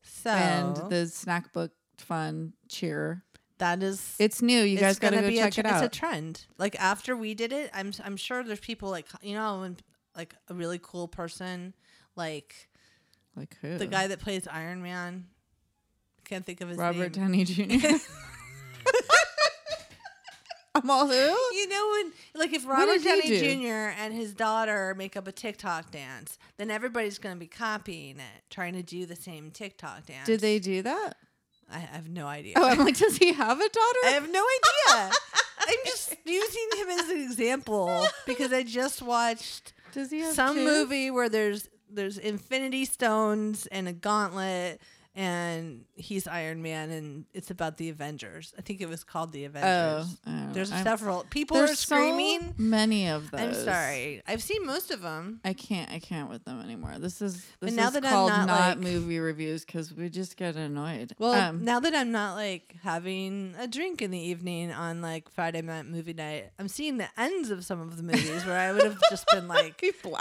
B: So
A: And the snack book fun cheer.
B: that is
A: It's new. You guys
B: it's
A: gotta
B: gonna
A: go
B: be
A: check
B: a,
A: it
B: tr-
A: out.
B: It's a trend. Like after we did it, I'm s- I'm sure there's people like you know when like a really cool person like
A: like who?
B: the guy that plays Iron Man. Can't think of his
A: Robert
B: *laughs* name.
A: Downey Jr. I'm all
B: *laughs*
A: who?
B: You know when, like, if
A: What
B: Robert
A: did you
B: Downey
A: do?
B: Jr. and his daughter make up a TikTok dance, then everybody's going to be copying it, trying to do the same TikTok dance.
A: Did they do that?
B: I, I have no idea.
A: Oh, I'm like, does he have a
B: I
A: daughter?
B: have no idea. I'm just using him as an example because I just watched
A: Does he have
B: some
A: kids?
B: movie where there's there's infinity stones and a gauntlet and he's Iron Man and it's about the Avengers. I think it was called the
A: Oh,
B: Avengers.
A: I don't know.
B: there's
A: I'm-
B: several people are
A: There's
B: screaming.
A: so many of those.
B: I'm sorry. I've seen most of them.
A: I can't. I can't with them anymore. This is
B: But
A: this
B: now
A: is
B: that I'm
A: called
B: not,
A: not,
B: like-
A: movie reviews because we just get annoyed.
B: Well,
A: Um,
B: now that I'm not like having a drink in the evening on like Friday night movie night, I'm seeing the ends of some of the movies where I would have just been like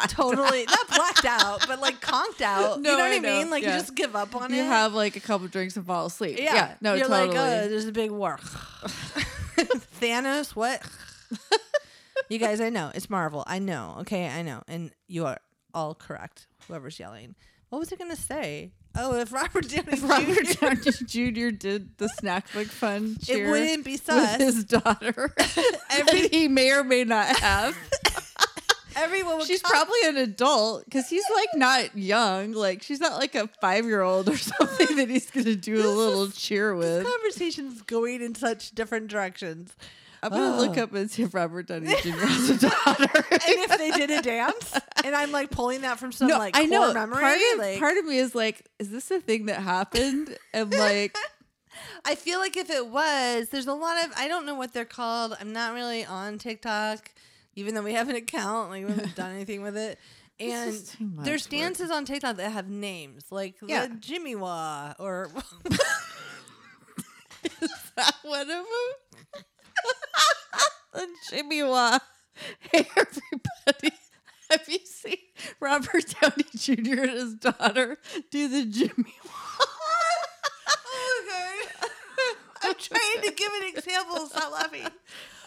B: totally not blacked out, but like conked out.
A: No,
B: you know what
A: I
B: I
A: know.
B: mean? Like
A: Yeah.
B: you just give up
A: *laughs*
B: on
A: you
B: it.
A: have like a couple drinks and fall asleep.
B: yeah.
A: no,
B: You're
A: totally.
B: like, oh, there's a big war. *laughs* Thanos, what? *laughs* you guys, I know it's Marvel. I know. Okay, I know, and you are all correct. Whoever's yelling, what was I gonna say? Oh, if Robert Downey
A: If *laughs* Robert
B: *laughs* Jr.
A: Downey Jr. did the snack book fun cheer
B: It wouldn't
A: *laughs*
B: be
A: with
B: sus.
A: his
B: *laughs*
A: daughter. *laughs* Every he may or may not have.
B: Everyone would
A: she's
B: cop-
A: probably an adult because he's like not young. Like she's not like a five year old or *laughs* something that he's gonna do a
B: This
A: little cheer with.
B: conversations going in such
A: *laughs*
B: different directions.
A: I'm gonna look
B: Oh.
A: up and see if Robert
B: *laughs*
A: Downey Jr. has a daughter.
B: And if they did a dance, and I'm like pulling that
A: *laughs*
B: from some like core memory,
A: Part of,
B: like
A: part of me is like, is this a thing that happened? And
B: *laughs*
A: like,
B: I feel like if it was, there's a lot of I don't know what they're called. I'm not really on TikTok, even though we have an account. Like we
A: *laughs*
B: haven't done anything with it. And
A: is too much
B: there's
A: work.
B: dances on TikTok that have names, like
A: Yeah.
B: the Jimmy Wah
A: *laughs*
B: or *laughs*
A: is that one of them? *laughs* the Jimmy Wah. Hey, everybody. *laughs* Have you seen Robert Downey Jr. and his daughter do the Jimmy Wah?
B: I'm trying to give an example.
A: *laughs*
B: Stop laughing.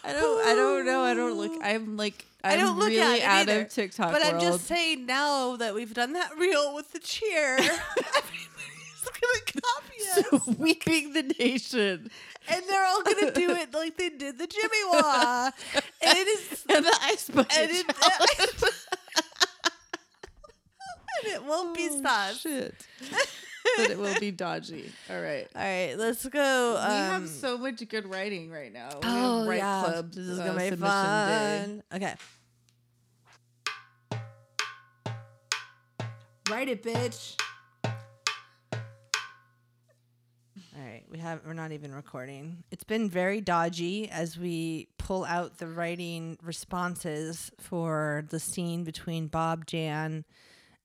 A: I don't. I don't know. I don't look. I'm like. I'm
B: I don't look
A: really
B: at it
A: out
B: either.
A: of TikTok.
B: But I'm
A: world.
B: just saying now that we've done that reel with the
A: *laughs*
B: cheer, everybody's gonna copy us,
A: so weeping the nation. *laughs*
B: and they're all gonna do it like they did the Jimmy Wah. And it is,
A: and the ice bucket. *laughs*
B: and it, uh,
A: challenge.
B: and it won't *laughs* be
A: Oh,
B: sus.
A: Shit.
B: *laughs*
A: but it will be dodgy. All right.
B: All right, let's go. Um,
A: we have so much good writing right now. We
B: oh
A: have write
B: yeah,
A: club.
B: this is
A: uh,
B: gonna be
A: submission day.
B: fun. Okay, write it, bitch. All right, we have we're not even recording. It's been very dodgy as we pull out the writing responses for the scene between Bob Jan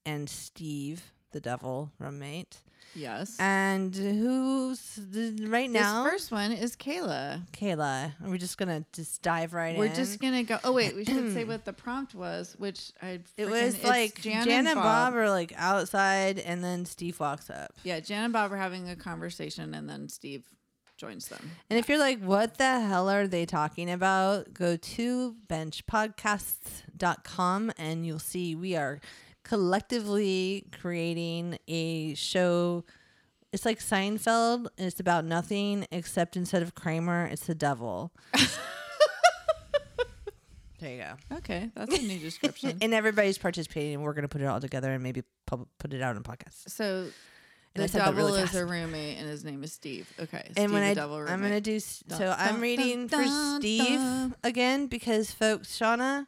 B: and Steve, the devil roommate.
A: Yes.
B: And who's the, right now?
A: This first one is Kayla.
B: Kayla, are we just gonna just dive right
A: We're
B: in?
A: just gonna go. Oh wait, we should
B: *clears throat*
A: say what the prompt was, which I.
B: It
A: freaking-
B: was
A: it's
B: like Jan, and Bob. are like outside, and then Steve walks up.
A: Yeah, Jan and Bob are having a conversation, and then Steve joins them.
B: And if you're like, what the hell are they talking about? Go to benchpodcasts.com and you'll see we are collectively creating a show. It's like Seinfeld, and it's about nothing except instead of Kramer, it's the devil. *laughs* there you go.
A: Okay, that's a new description.
B: And everybody's participating, and we're going to put it all together and maybe pub- put it out in
A: *laughs*
B: podcasts.
A: so
B: And I
A: the
B: said that
A: double
B: really
A: is
B: fast.
A: a roommate, and his name is Steve. Okay, Steve
B: And when
A: the
B: I,
A: double
B: I'm
A: roommate.
B: gonna do s-
A: Dun,
B: so, I'm
A: dun,
B: reading
A: dun,
B: for
A: dun,
B: Steve
A: dun.
B: again because folks, Shauna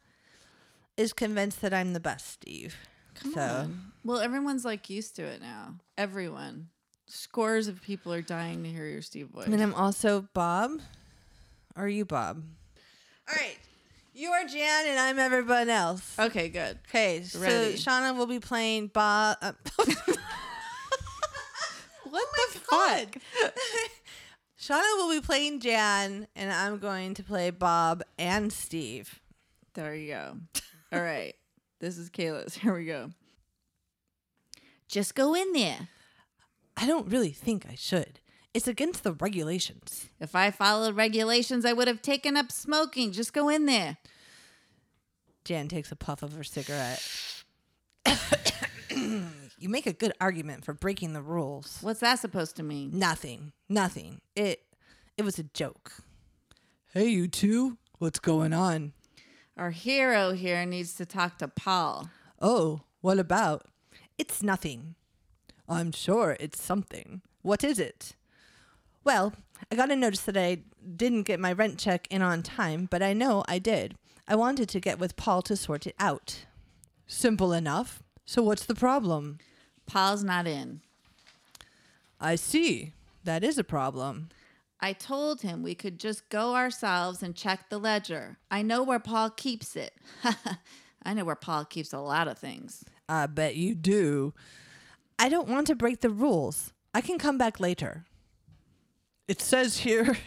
B: is convinced that I'm the best Steve.
A: Come
B: so,
A: on. Well, everyone's like used to it now. Everyone. Scores of people are dying to hear your Steve voice.
B: I mean, I'm also Bob. Or are you Bob? All right, you are Jan, and I'm everyone else.
A: okay, good.
B: Okay, so
A: Ready.
B: Shauna will be playing Bob. Uh, *laughs* what the Oh fuck? Shauna will be playing Jan, and I'm going to play Bob and Steve.
A: There you go. All right. *laughs* This is Kayla's. Here we go. Just go in there.
B: I don't really think I should. It's against the regulations.
A: If I followed regulations, I would have taken up smoking. Just go in there.
B: Jan takes a puff of her cigarette. *coughs* you make a good argument for breaking the rules.
A: What's that supposed to mean?
B: Nothing. Nothing. It it was a joke. Hey you two, What's going on?
A: Our hero here needs to talk to Paul.
B: Oh, what about? It's nothing. I'm sure it's something. What is it? Well, I got a notice that I didn't get my rent check in on time, but I know I did. I wanted to get with Paul to sort it out. Simple enough. So what's the problem?
A: Paul's not in.
B: I see. That is a problem.
A: I told him we could just go ourselves and check the ledger. I know where Paul keeps it. *laughs* I know where Paul keeps a lot of things.
B: I bet you do. I don't want to break the rules. I can come back later. It says here.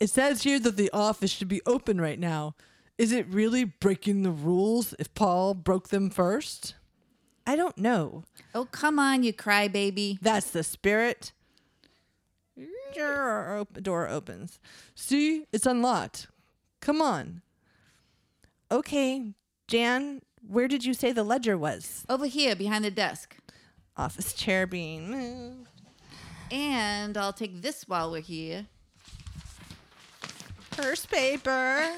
B: It says here that the office should be open right now. Is it really breaking the rules if Paul broke them first? I don't know.
A: Oh, come on, you crybaby.
B: That's the spirit. Door, op- door opens. See, it's unlocked. Come on. Okay, Jan, where did you say the ledger was?
A: Over here behind the desk.
B: Office chair being moved.
A: And I'll take this while we're here.
B: Purse paper.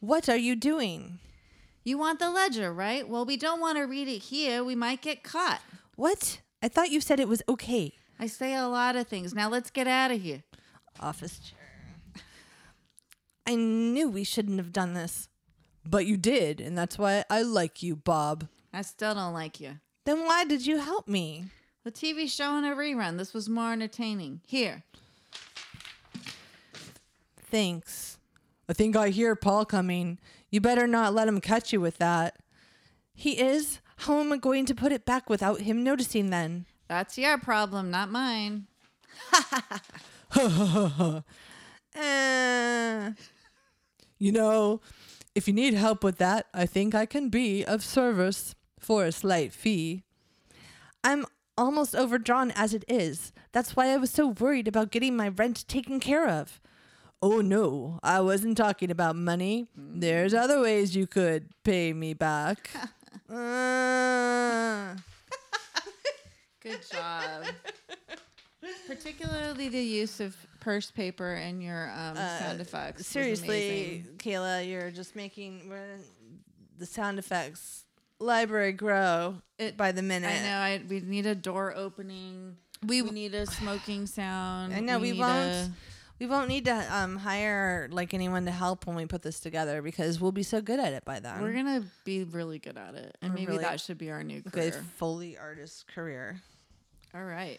B: what are you doing?
A: You want the ledger, right? Well, we don't want to read it here. We might get caught.
B: What? I thought you said it was okay.
A: I say a lot of things. Now let's get out of here.
B: Office chair. I knew we shouldn't have done this. But you did, and that's why I like you, Bob.
A: I still don't like you.
B: Then why did you help me?
A: The TV's showing a rerun. This was more entertaining. Here.
B: Thanks. I think I hear Paul coming. You better not let him catch you with that. He is? How am I going to put it back without him noticing then?
A: That's your problem, not mine.
B: Uh, you know, if you need help with that, I think I can be of service for a slight fee. I'm almost overdrawn as it is. That's why I was so worried about getting my rent taken care of. Oh no, I wasn't talking about money. There's other ways you could pay me back. *laughs* Uh,
A: Good
B: *laughs*
A: job. Particularly the use of purse paper and your um, sound effects. was
B: Uh, seriously,
A: amazing.
B: Kayla, you're just making we're- the sound effects library grow
A: It-
B: by the minute.
A: I know. I, we need a door opening. We, need a smoking sound.
B: I know we,
A: need
B: won't.
A: a-
B: We won't need to um, hire like anyone to help when we put this together because we'll be so good at it by then.
A: we're gonna be really good at it, and maybe
B: really
A: that should be our new career.
B: good Foley artist career.
A: All right,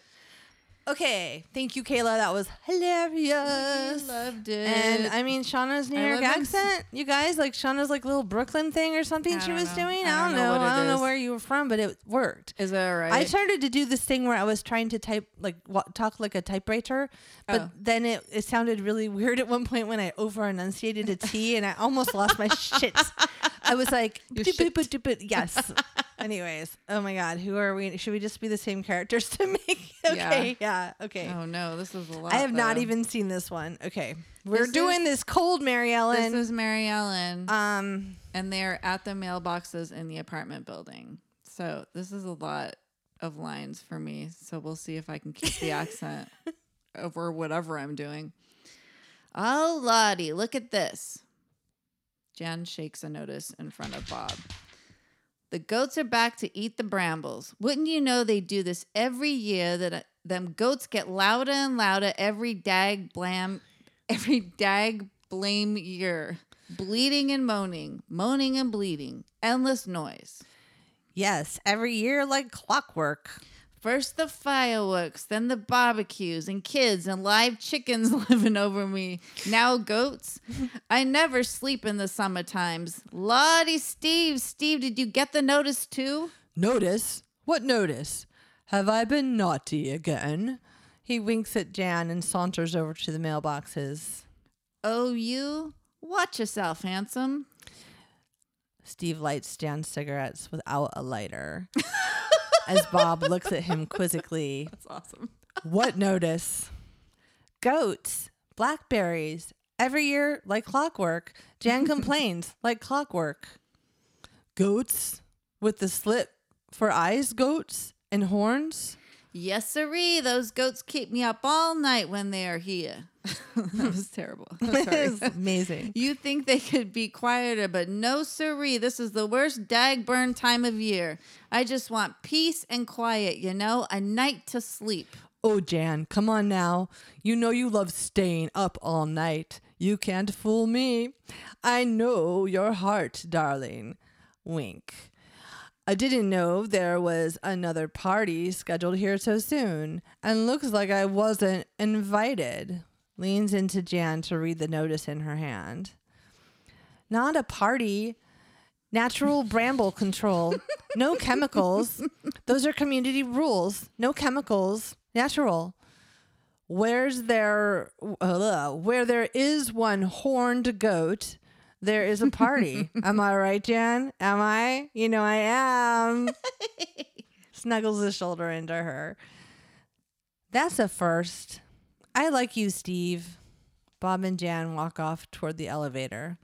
B: Okay, thank you, Kayla. That was hilarious.
A: loved it.
B: And I mean, Shauna's New
A: I
B: York
A: love when s-
B: accent, you guys, like Shauna's like little Brooklyn thing or something
A: I
B: she
A: don't
B: was
A: know.
B: doing.
A: I
B: I
A: don't
B: don't
A: know
B: know.
A: what it
B: I don't
A: is.
B: know where you were from, but it worked.
A: is that all right?
B: I started to do this thing where I was trying to type like wa- talk like a typewriter, but
A: Oh.
B: then it, it sounded really *laughs* weird at one point when I over enunciated a T and I almost lost my shit. I was
A: *laughs*
B: like, "Doop, doop, doop, doop, doop." yes. Anyways, oh my god, who are we? Should we just be the same characters to *laughs* make? Okay, yeah, okay.
A: oh no, this is a lot.
B: I have not
A: though.
B: even seen this one. Okay, we're
A: This
B: doing this cold, Mary
A: This
B: Ellen.
A: is Mary Ellen,
B: um,
A: and they're at the mailboxes in the apartment building. So this is a lot of lines for me. So we'll see if I can keep the accent over whatever I'm doing. Oh, Lottie, look at this. Jan shakes a notice in front of Bob. The goats are back to eat the brambles. Wouldn't you know they do this every year that uh, them goats get louder and louder every dag blam *laughs* every dag blame year. Bleeding and moaning, moaning and bleeding, endless noise.
B: yes, every year like clockwork.
A: First the fireworks, then the barbecues and kids and live chickens *laughs* living over me. Now goats. I never sleep in the summer times. Lottie Steve, Steve, did you get the notice too?
B: Notice? What notice? Have I been naughty again? He winks at Jan and saunters over to the mailboxes.
A: Oh, you? Watch yourself, handsome.
B: Steve lights Jan's cigarettes without a lighter. As Bob looks at him quizzically,
A: That's awesome.
B: what notice? Goats, blackberries. Every year, like clockwork, Jan complains, like clockwork. Goats with the slit for eyes, goats and horns?
A: Yes, siree. Those goats keep me up all night when they are here. *laughs* that was terrible.
B: *laughs*
A: I'm *laughs* sorry.
B: it's amazing.
A: You think they could be quieter, but no siree. This is the worst dagburn time of year. I just want peace and quiet, you know, a night to sleep.
B: Oh, Jan, come on now. You know you love staying up all night. You can't fool me. I know your heart, darling. Wink. I didn't know there was another party scheduled here so soon, and looks like I wasn't invited. Leans into Jan to read the notice in her hand. Not a party, Natural bramble control. No chemicals. Those are community rules. No chemicals. Natural. Where's there uh, where there is one horned goat, there is a party. am I right, Jan? Am I? You know I am. Snuggles his shoulder into her. That's a first. I like you, Steve. Bob and Jan walk off toward the elevator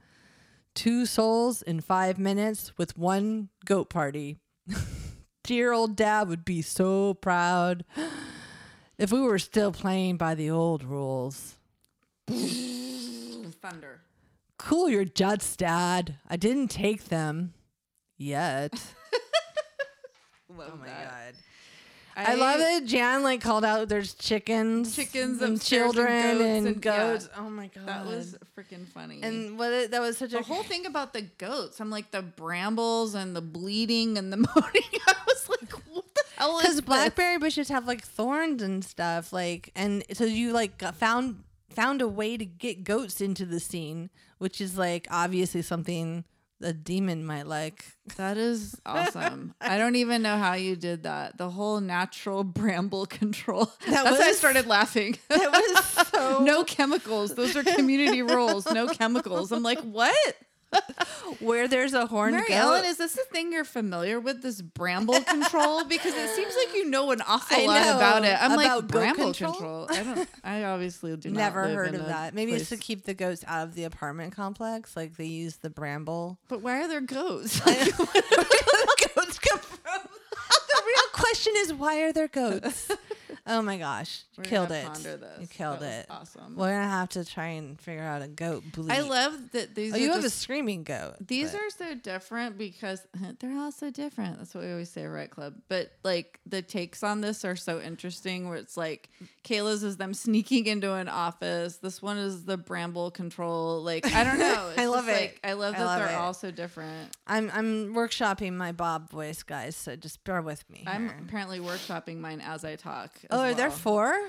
B: two souls in five minutes with one goat party. *laughs* Dear old dad would be so proud *gasps* if we were still playing by the old rules.
A: Thunder.
B: Cool your jets, dad. I didn't take them yet.
A: Love
B: Oh god. I, love it. Jan like called out there's chickens,
A: Chickens
B: and
A: upstairs and
B: children
A: goats
B: and,
A: and- yeah.
B: goats. Oh my god.
A: That was freaking funny.
B: and what it, that was such
A: the *laughs*
B: a
A: whole thing about the goats, I'm like the brambles and the bleeding and the *laughs* moaning. I was like, what the hell is
B: because
A: this?
B: blackberry bushes have like thorns and stuff like and so you like got- found found a way to get goats into the scene which is like obviously something a demon might like *laughs*
A: That is awesome. I don't even know how you did that. The whole natural *laughs* bramble control. That's why I
B: was-
A: started *laughs* laughing.
B: that was
A: *laughs*
B: so
A: no chemicals. Those are *laughs* community rules. No chemicals. I'm like, what?
B: where there's a horned
A: Mary
B: goat
A: Ellen, is this a thing you're familiar with? This bramble *laughs* control? Because it seems like you know an awful
B: I
A: lot
B: know
A: about it. I'm
B: about
A: like
B: goat
A: bramble
B: control?
A: control. I don't. I obviously do not
B: never
A: live
B: heard
A: in
B: of
A: a
B: that maybe it's to
A: place-
B: keep the goats out of the apartment complex like they use
A: *laughs*
B: the bramble
A: But why are there goats? *laughs*
B: goats come from *laughs* the real question is why are
A: *laughs*
B: there goats oh my gosh
A: We're
B: you
A: gonna
B: killed it
A: ponder this.
B: you killed
A: That was
B: it
A: Awesome.
B: We're gonna have to try and figure out a goat bleat.
A: I love that these.
B: Oh,
A: are
B: you have a
A: just-
B: screaming goat.
A: These
B: but-
A: are so different because *laughs* they're all so different. That's what we always say at Right Club. But like the takes on this are so interesting where it's like Kayla's is them sneaking into an office. This one is the bramble control. Like I don't know. It's
B: *laughs* I love
A: just,
B: it.
A: Like, I love
B: I
A: that
B: love
A: they're
B: it.
A: all so different.
B: I'm I'm workshopping my Bob voice, guys. So just bear with me.
A: I'm
B: here.
A: apparently workshopping mine as I talk. as
B: Oh, are there
A: well.
B: four?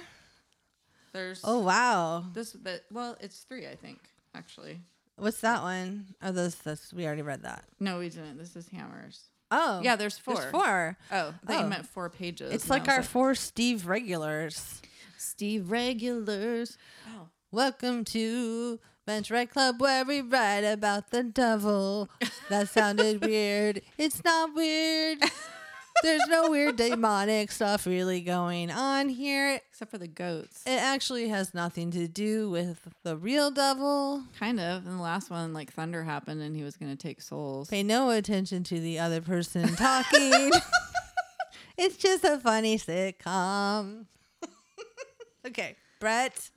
A: There's
B: Oh wow.
A: this that well, it's three, I think, actually.
B: What's that one? Oh, those. That's we already read that.
A: No, we didn't. This is hammers.
B: Oh
A: Yeah, there's four.
B: There's four.
A: Oh, I thought
B: Oh.
A: you meant four pages.
B: It's
A: and I
B: like
A: was
B: our four Steve regulars. Oh.
A: Steve regulars.
B: Welcome to Bench Right Club, where we write about the devil. That *laughs* sounded weird. It's not *laughs* weird. There's no weird demonic stuff really going on here.
A: Except for the goats.
B: It actually has nothing to do with the real devil.
A: Kind of. And the last one, like thunder happened, and he was going to take souls.
B: Pay no attention to the other person *laughs* talking. it's just a funny *laughs* sitcom. okay, Brett.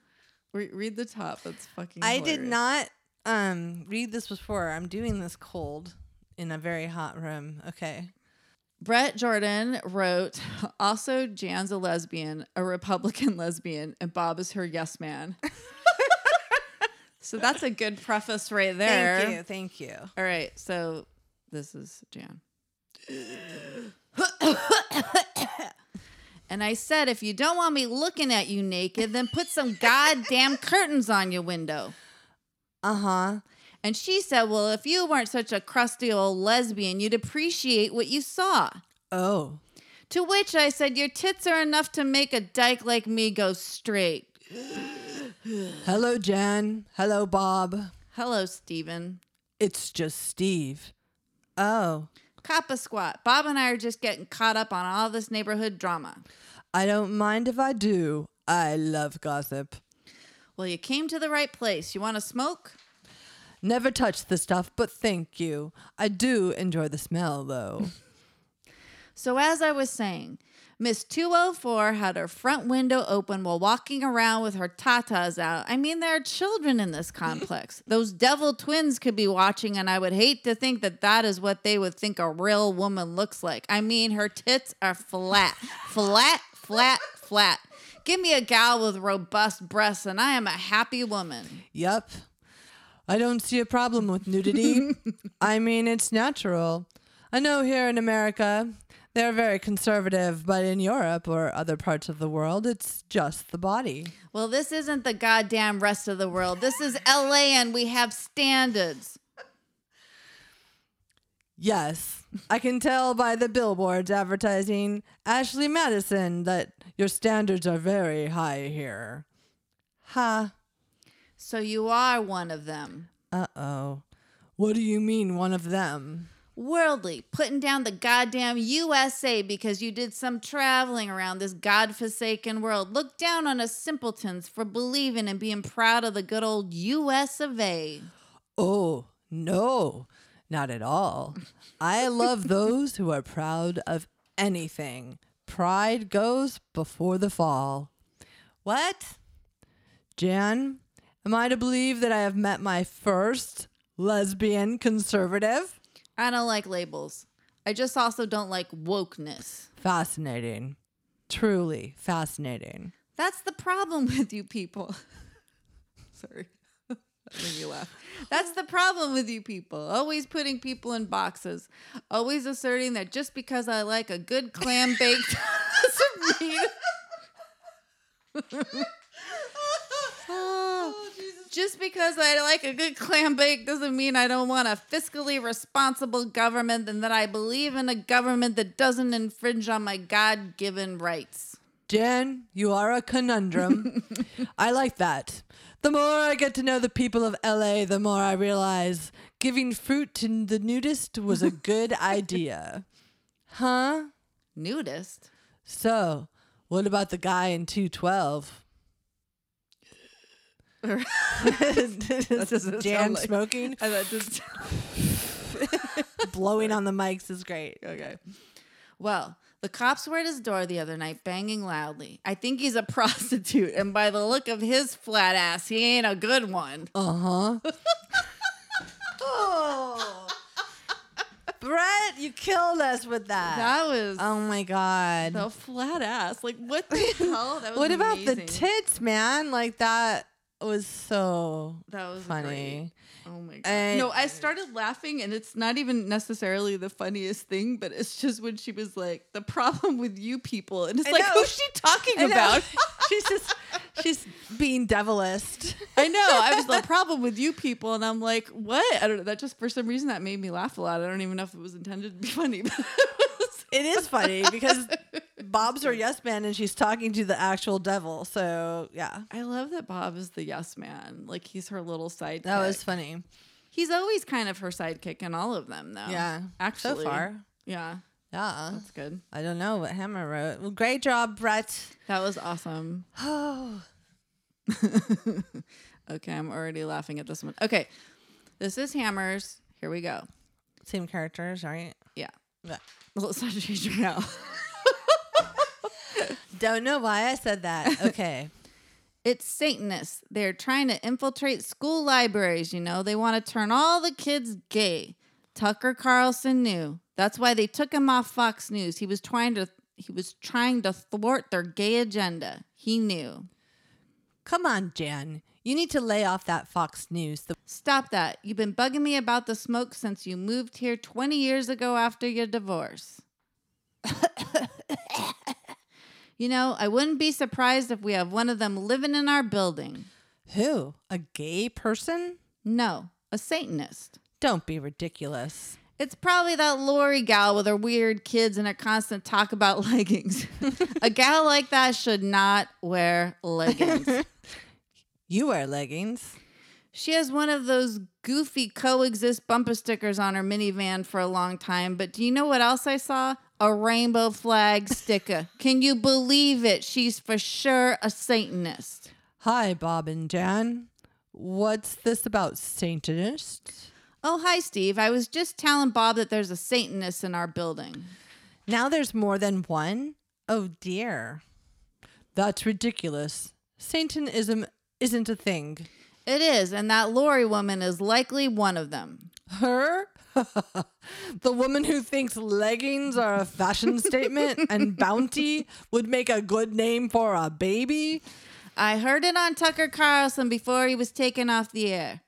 A: Re- read the top. That's fucking.
B: I did
A: hilarious.
B: not um read this before. I'm doing this cold in a very hot room. Okay.
A: Brett Jordan wrote. Also, Jan's a lesbian, a Republican *laughs* lesbian, and Bob is her yes man. *laughs* so that's a good preface right there.
B: Thank you. Thank you.
A: All right. So this is Jan. and I said, if you don't want me looking at you naked, then put some goddamn curtains on your window.
B: Uh-huh.
A: And she said, Well, if you weren't such a crusty old lesbian, you'd appreciate what you saw.
B: Oh.
A: To which I said, Your tits are enough to make a dyke like me go straight.
B: Hello, Jen. Hello, Bob.
A: Hello, Steven.
B: It's just Steve. Oh.
A: Cop a squat. Bob and I are just getting caught up on all this neighborhood drama.
B: I don't mind if I do. I love gossip.
A: Well, you came to the right place. You want to smoke?
B: Never touch the stuff, but thank you. I do enjoy the smell, though.
A: So, as I was saying, Miss 204 had her front window open while walking around with her tatas out. I mean, there are children in this complex. Those devil twins could be watching, and I would hate to think that that is what they would think a real woman looks like. I mean, her tits are flat, flat, flat, flat. Give me a gal with robust breasts, and I am a happy woman.
B: Yep. I don't see a problem with nudity. I mean, it's natural. I know here in America, they're very conservative, but in Europe or other parts of the world, it's just the body.
A: Well, this isn't the goddamn rest of the world. This is LA, and we have standards.
B: Yes, I can tell by the billboards advertising Ashley Madison that your standards are very high here. Ha.
A: So you are one of them.
B: Uh oh. What do you mean, one of them?
A: worldly, putting down the goddamn USA because you did some traveling around this godforsaken world. Look down on us simpletons for believing and being proud of the good old US of A.
B: Oh, no, not at all. I love those who are proud of anything. Pride goes before the fall. What? Jan, am I to believe that I have met my first lesbian conservative?
A: I don't like labels. I just also don't like wokeness.
B: Fascinating. Truly fascinating.
A: That's the problem *laughs* with you people. Sorry. *laughs* That made me laugh. That's the problem with you people. Always putting people in boxes. Always asserting that just because I like a good clam *laughs* baked doesn't mean *laughs* just because I like a good clam bake doesn't mean I don't want a fiscally responsible government and that I believe in a government that doesn't infringe on my God given rights.
B: Jen, you are a *laughs* conundrum. I like that. The more I get to know the people of LA, the more I realize giving fruit to the nudist was a *laughs* good idea. Huh?
A: Nudist?
B: So, what about the guy in *laughs* 212?
A: *laughs* doesn't
B: Jan
A: sound like-
B: *laughs* smoking,
A: I thought just.
B: blowing on the mics is great.
A: *laughs* Okay. *laughs* Well, the cops were at his door the other night banging loudly. I think he's a *laughs* prostitute, and by the look of his flat ass, he ain't a good one.
B: *laughs* Uh huh. Oh. Brett, you killed us with that.
A: That was
B: oh my god.
A: the flat ass. Like, what *laughs* the hell? That was
B: What about the
A: amazing.
B: tits, man? Like that was so
A: That was great.
B: funny.
A: Oh my god!
B: And-
A: no, I started laughing, and it's not even necessarily the funniest thing, but it's just when she was like, "The problem with you people," and it's
B: I
A: like,
B: know.
A: who's she talking
B: I
A: *laughs*
B: know.
A: about?
B: she's just *laughs* she's being devilist.
A: I know. I was the problem with you people, and I'm like, what? I don't know. That just for some reason that made me laugh a lot. I don't even know if it was intended to be *laughs* funny, but it was-
B: It is funny
A: *laughs*
B: because Bob's her yes man and she's talking to the actual devil. So yeah.
A: I love that Bob is the yes man. Like he's her little sidekick.
B: That was funny.
A: he's always kind of her sidekick in all of them, though.
B: Yeah.
A: actually,
B: So far.
A: yeah,
B: Yeah.
A: that's good.
B: I don't know what Hammer wrote. Well, great job, Brett. *sighs*
A: That was awesome. *laughs*
B: Oh.
A: Okay, I'm already laughing at this one. Okay, this is Hammers. Here we go.
B: Same characters, right?
A: Yeah.
B: Yeah.
A: Well, it's not changing now.
B: Don't know why I said
A: *laughs*
B: that. Okay.
A: It's Satanists. They're trying to infiltrate school libraries, you know. They want to turn all the kids gay. Tucker Carlson knew. That's why they took him off Fox News. He was trying to he was trying to thwart their gay agenda. He knew.
B: Come on, Jan. You need to lay off that Fox News. The-
A: Stop that. You've been bugging me about the smoke since you moved here 20 years ago after your divorce. *coughs* you know, I wouldn't be surprised if we have one of them living in our building.
B: Who? A gay person?
A: No, a Satanist.
B: Don't be ridiculous.
A: It's probably that Lori gal with her weird kids and her constant talk about *laughs* leggings. a gal like that should not wear leggings.
B: You wear leggings.
A: She has one of those goofy coexist bumper stickers on her minivan for a long time, but do you know what else I saw? A rainbow flag sticker. Can you believe it? She's for sure a Satanist.
B: Hi, Bob and Jan. What's this about Satanists?
A: Oh, hi, Steve. I was just telling Bob that there's a Satanist in our building.
B: Now there's more than one? Oh dear. That's ridiculous. Satanism isn't a thing.
A: It is, and that Lori woman is likely one of them.
B: Her? *laughs* the woman who thinks leggings are a fashion statement and bounty would make a good name for a baby?
A: I heard it on Tucker Carlson before he was taken off the air.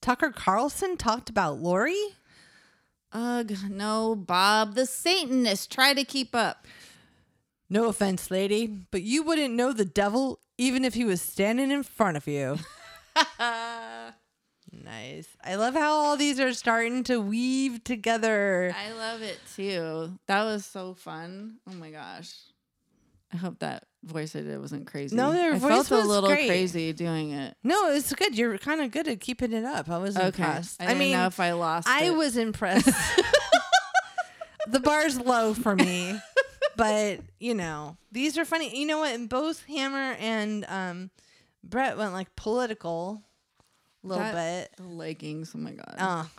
B: Tucker Carlson talked about Lori?
A: Ugh, no, Bob. The Satanists try to keep up.
B: No offense, lady, but you wouldn't know the devil even if he was standing in front
A: *laughs*
B: of you. nice. I love how all these are starting to weave together.
A: I love it too. That was so fun. Oh my gosh. I hope that voice I did wasn't crazy.
B: No, your
A: I
B: voice
A: felt a
B: was
A: little
B: great.
A: crazy doing it.
B: No, it's good. You're kind of good at keeping it up. I was
A: Okay.
B: impressed.
A: I, didn't
B: mean,
A: know if I lost.
B: I
A: it.
B: was impressed.
A: *laughs*
B: the bar's low for me, but you know these are funny. You know what? And both Hammer and um, Brett went like political a little
A: That-
B: bit.
A: the leggings. Oh my god.
B: Oh,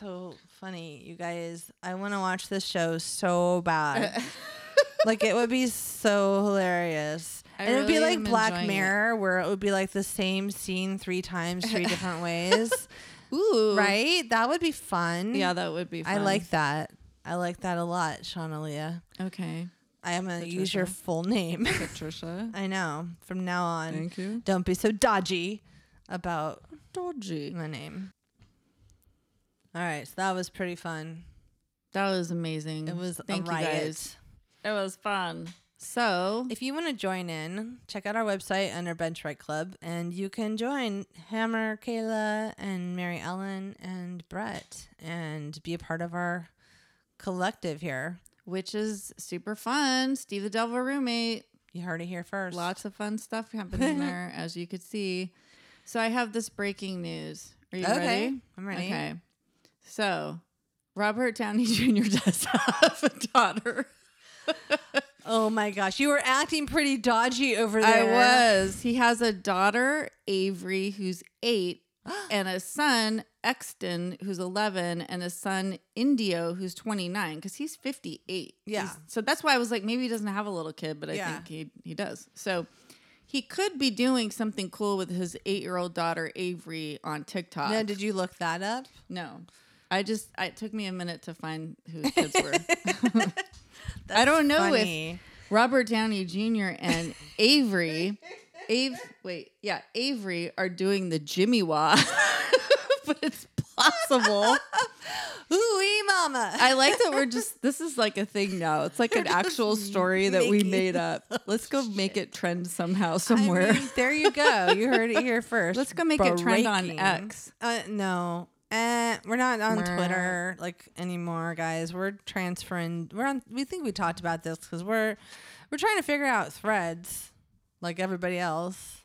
B: so funny, you guys! I want to watch this show
A: *laughs*
B: so bad. like it would be so hilarious.
A: I
B: and it would be
A: really
B: like
A: am
B: Black
A: enjoying it.
B: Mirror, where it would be like the same scene three times, three
A: *laughs*
B: different ways.
A: Ooh.
B: right? That would be fun.
A: Yeah, that would be. Fun.
B: I like that. I like that a lot, Shauna Leah. *laughs*
A: Okay,
B: I am gonna use your
A: Patricia.
B: full name. *laughs*
A: Patricia.
B: I know. From now on,
A: Thank you.
B: don't be so dodgy about
A: Dodgy.
B: my name. All right, so that was pretty fun.
A: That was amazing.
B: It was
A: Thank
B: a riot.
A: you guys. It was fun. So
B: If you want to join in, check out our website under Bench Right Club, and you can join Hammer, Kayla, and Mary Ellen, and Brett, and be a part of our collective here.
A: which is super fun. Steve the Devil roommate.
B: You heard it here first.
A: Lots of fun stuff
B: *laughs*
A: happening there, as you could see. So I have this breaking news. Are you
B: Okay,
A: ready?
B: I'm ready.
A: Okay. So Robert Downey *laughs* Jr. does have a daughter.
B: Oh my gosh, you were acting pretty dodgy over
A: I
B: there.
A: was. He has a daughter, Avery, who's
B: *gasps*
A: eight, and a son, Exton, who's 11, and a son, Indio, who's 29, because he's 58.
B: Yeah.
A: He's- so that's why I was like, maybe he doesn't have a little kid, but I
B: Yeah.
A: think he, he does. So he could be doing something cool with his eight year old daughter, Avery, on TikTok.
B: Now, did you look that up?
A: No. I just, I- it took me a minute to find who his kids
B: *laughs*
A: were. *laughs* I don't know if
B: Funny.
A: Robert Downey Jr. and Avery, Ave, wait, yeah, Avery are doing the Jimmy Wah, *laughs* but it's
B: *laughs*
A: possible.
B: Ooh, wee mama.
A: I like that we're just this is like a thing now. It's like an actual story that we
B: making
A: made up. Let's go make it trend somehow somewhere. *laughs*
B: mean, there you go. You heard it here first.
A: Let's go make it trend on
B: Breaking.
A: X.
B: Uh, no. Uh, we're not on
A: Meh.
B: Twitter like anymore, guys. We're transferring. We're on. We think we talked about this because we're we're trying to figure out threads, like everybody else.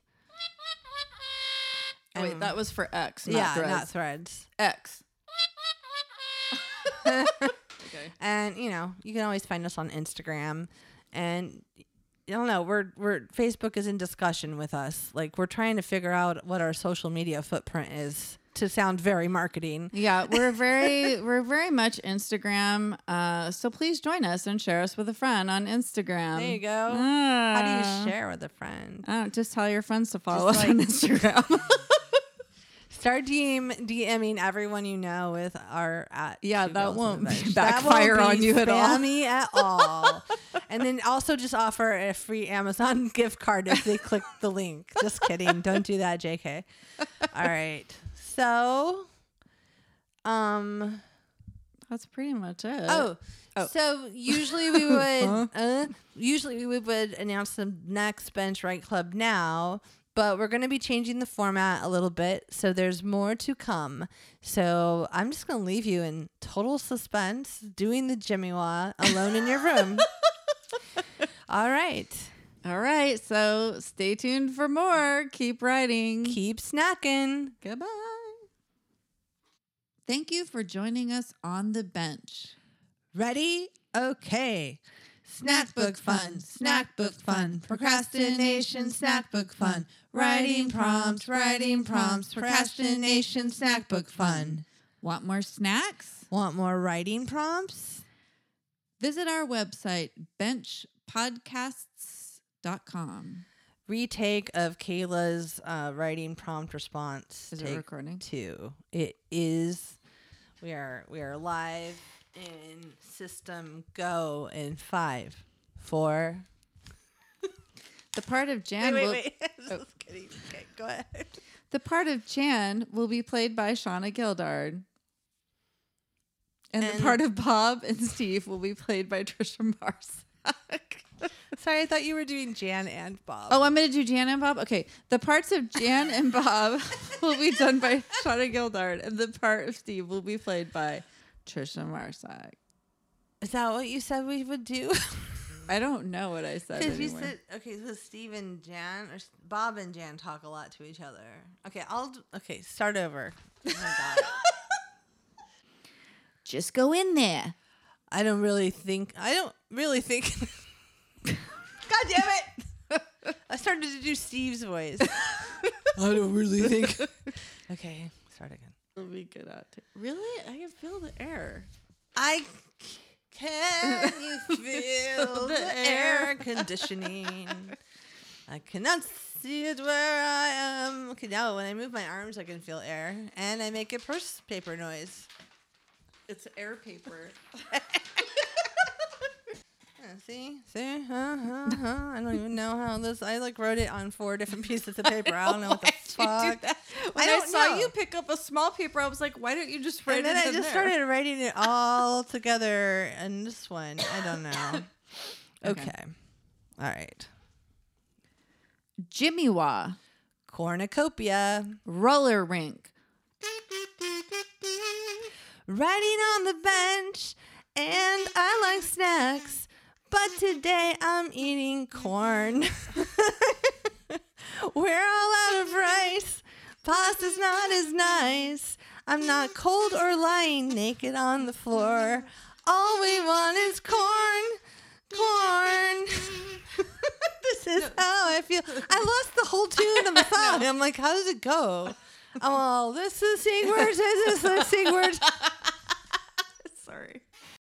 A: Wait,
B: Um,
A: that was for X, not
B: yeah,
A: Threads.
B: not threads.
A: X.
B: and you know you can always find us on instagram and i don't know we're we're facebook is in discussion with us like we're trying to figure out what our social media footprint is to sound very marketing
A: Yeah, we're very we're very much Instagram. Uh, so please join us and share us with a friend on Instagram.
B: there you go
A: Mm-hmm.
B: how
A: Uh,
B: do you share with a friend
A: I don't, just tell your friends to follow us
B: Just
A: on Instagram.
B: start DM, dming everyone you know with our at
A: Yeah,
B: Two
A: that
B: Girls and a
A: won't
B: Bitch.
A: be- *laughs*
B: That
A: backfire
B: won't be
A: on you at all.
B: spammy at all and then also just offer a free amazon *laughs* gift card if they click the link just kidding don't do that jk all right so um
A: That's pretty much it.
B: oh,
A: Oh.
B: so usually we would uh, usually we would announce the next bench right club now but we're going to be changing the format a little bit so there's more to come so i'm just going to leave you in total suspense doing the jimmy wah alone in your room all right
A: all right. So stay tuned for more. Keep writing.
B: keep snacking
A: Goodbye. Thank you for joining us on the bench.
B: ready okay
A: Snack book fun, snack book fun, procrastination, snack book fun, writing prompts, writing prompts, procrastination, snack book fun. Want more snacks?
B: Want more writing prompts?
A: Visit our website, bench podcasts.com.
B: Retake of Kayla's uh, writing prompt response.
A: Is it
B: take
A: recording?
B: two. It is. We are we are live in system go in five, four.
A: The part of Jan will,
B: *laughs*
A: Oh.
B: Just kidding. Okay, go ahead.
A: the part of Jan will be played by Shauna Gildard. And, the
B: And-
A: part of Bob and Steve will be played by Trisha Marsack.
B: Sorry, I thought you were doing Jan and Bob.
A: *laughs* Oh, I'm going to do Jan and Bob. Okay. The parts of Jan and *laughs* Bob will be done by Shauna Gildard, and the part of Steve will be played by Trisha Marsack.
B: is that what you said we would *laughs* do?
A: I don't know what I said.
B: Because we
A: Anymore.
B: said okay, so Steve and Jan or s- Bob and Jan talk a lot to each other. Okay, I'll d- okay start over. Oh my God.
A: Just go in there.
B: *laughs* I don't really think. I don't really think. *laughs* God damn it! I started to do Steve's voice. I don't
A: *laughs*
B: really think. okay, start again.
A: It'll be good out. Really? I can feel the air.
B: I c- can
A: *laughs*
B: you feel the air conditioning? I cannot see it where I am. Okay, now when I move my arms, I can feel air, and I make a purse paper noise.
A: It's air *laughs* paper.
B: Yeah, See, see, huh, huh, huh. I don't even know how this. I like wrote it on four
A: *laughs*
B: different pieces of paper. I don't know what the
A: Why'd you do
B: fuck.
A: that? When I,
B: don't
A: saw
B: know.
A: you pick up a small paper, I was like, why don't you just write
B: And then
A: it
B: I
A: in
B: just
A: there?
B: started writing it all together. And this one, I don't know.
A: *coughs*
B: Okay.
A: Okay.
B: all right.
A: Jimmy Wah,
B: Cornucopia.
A: roller rink,
B: Writing on the bench, and I like snacks, but today I'm eating corn. *laughs* We're all out of rice. Pasta's not as nice. I'm not cold or lying naked on the floor. All we want is corn. Corn. *laughs* this is how I feel. I lost the whole tune of the song. I'm like, how does it go? I'm all, this is the secret. This is the secret.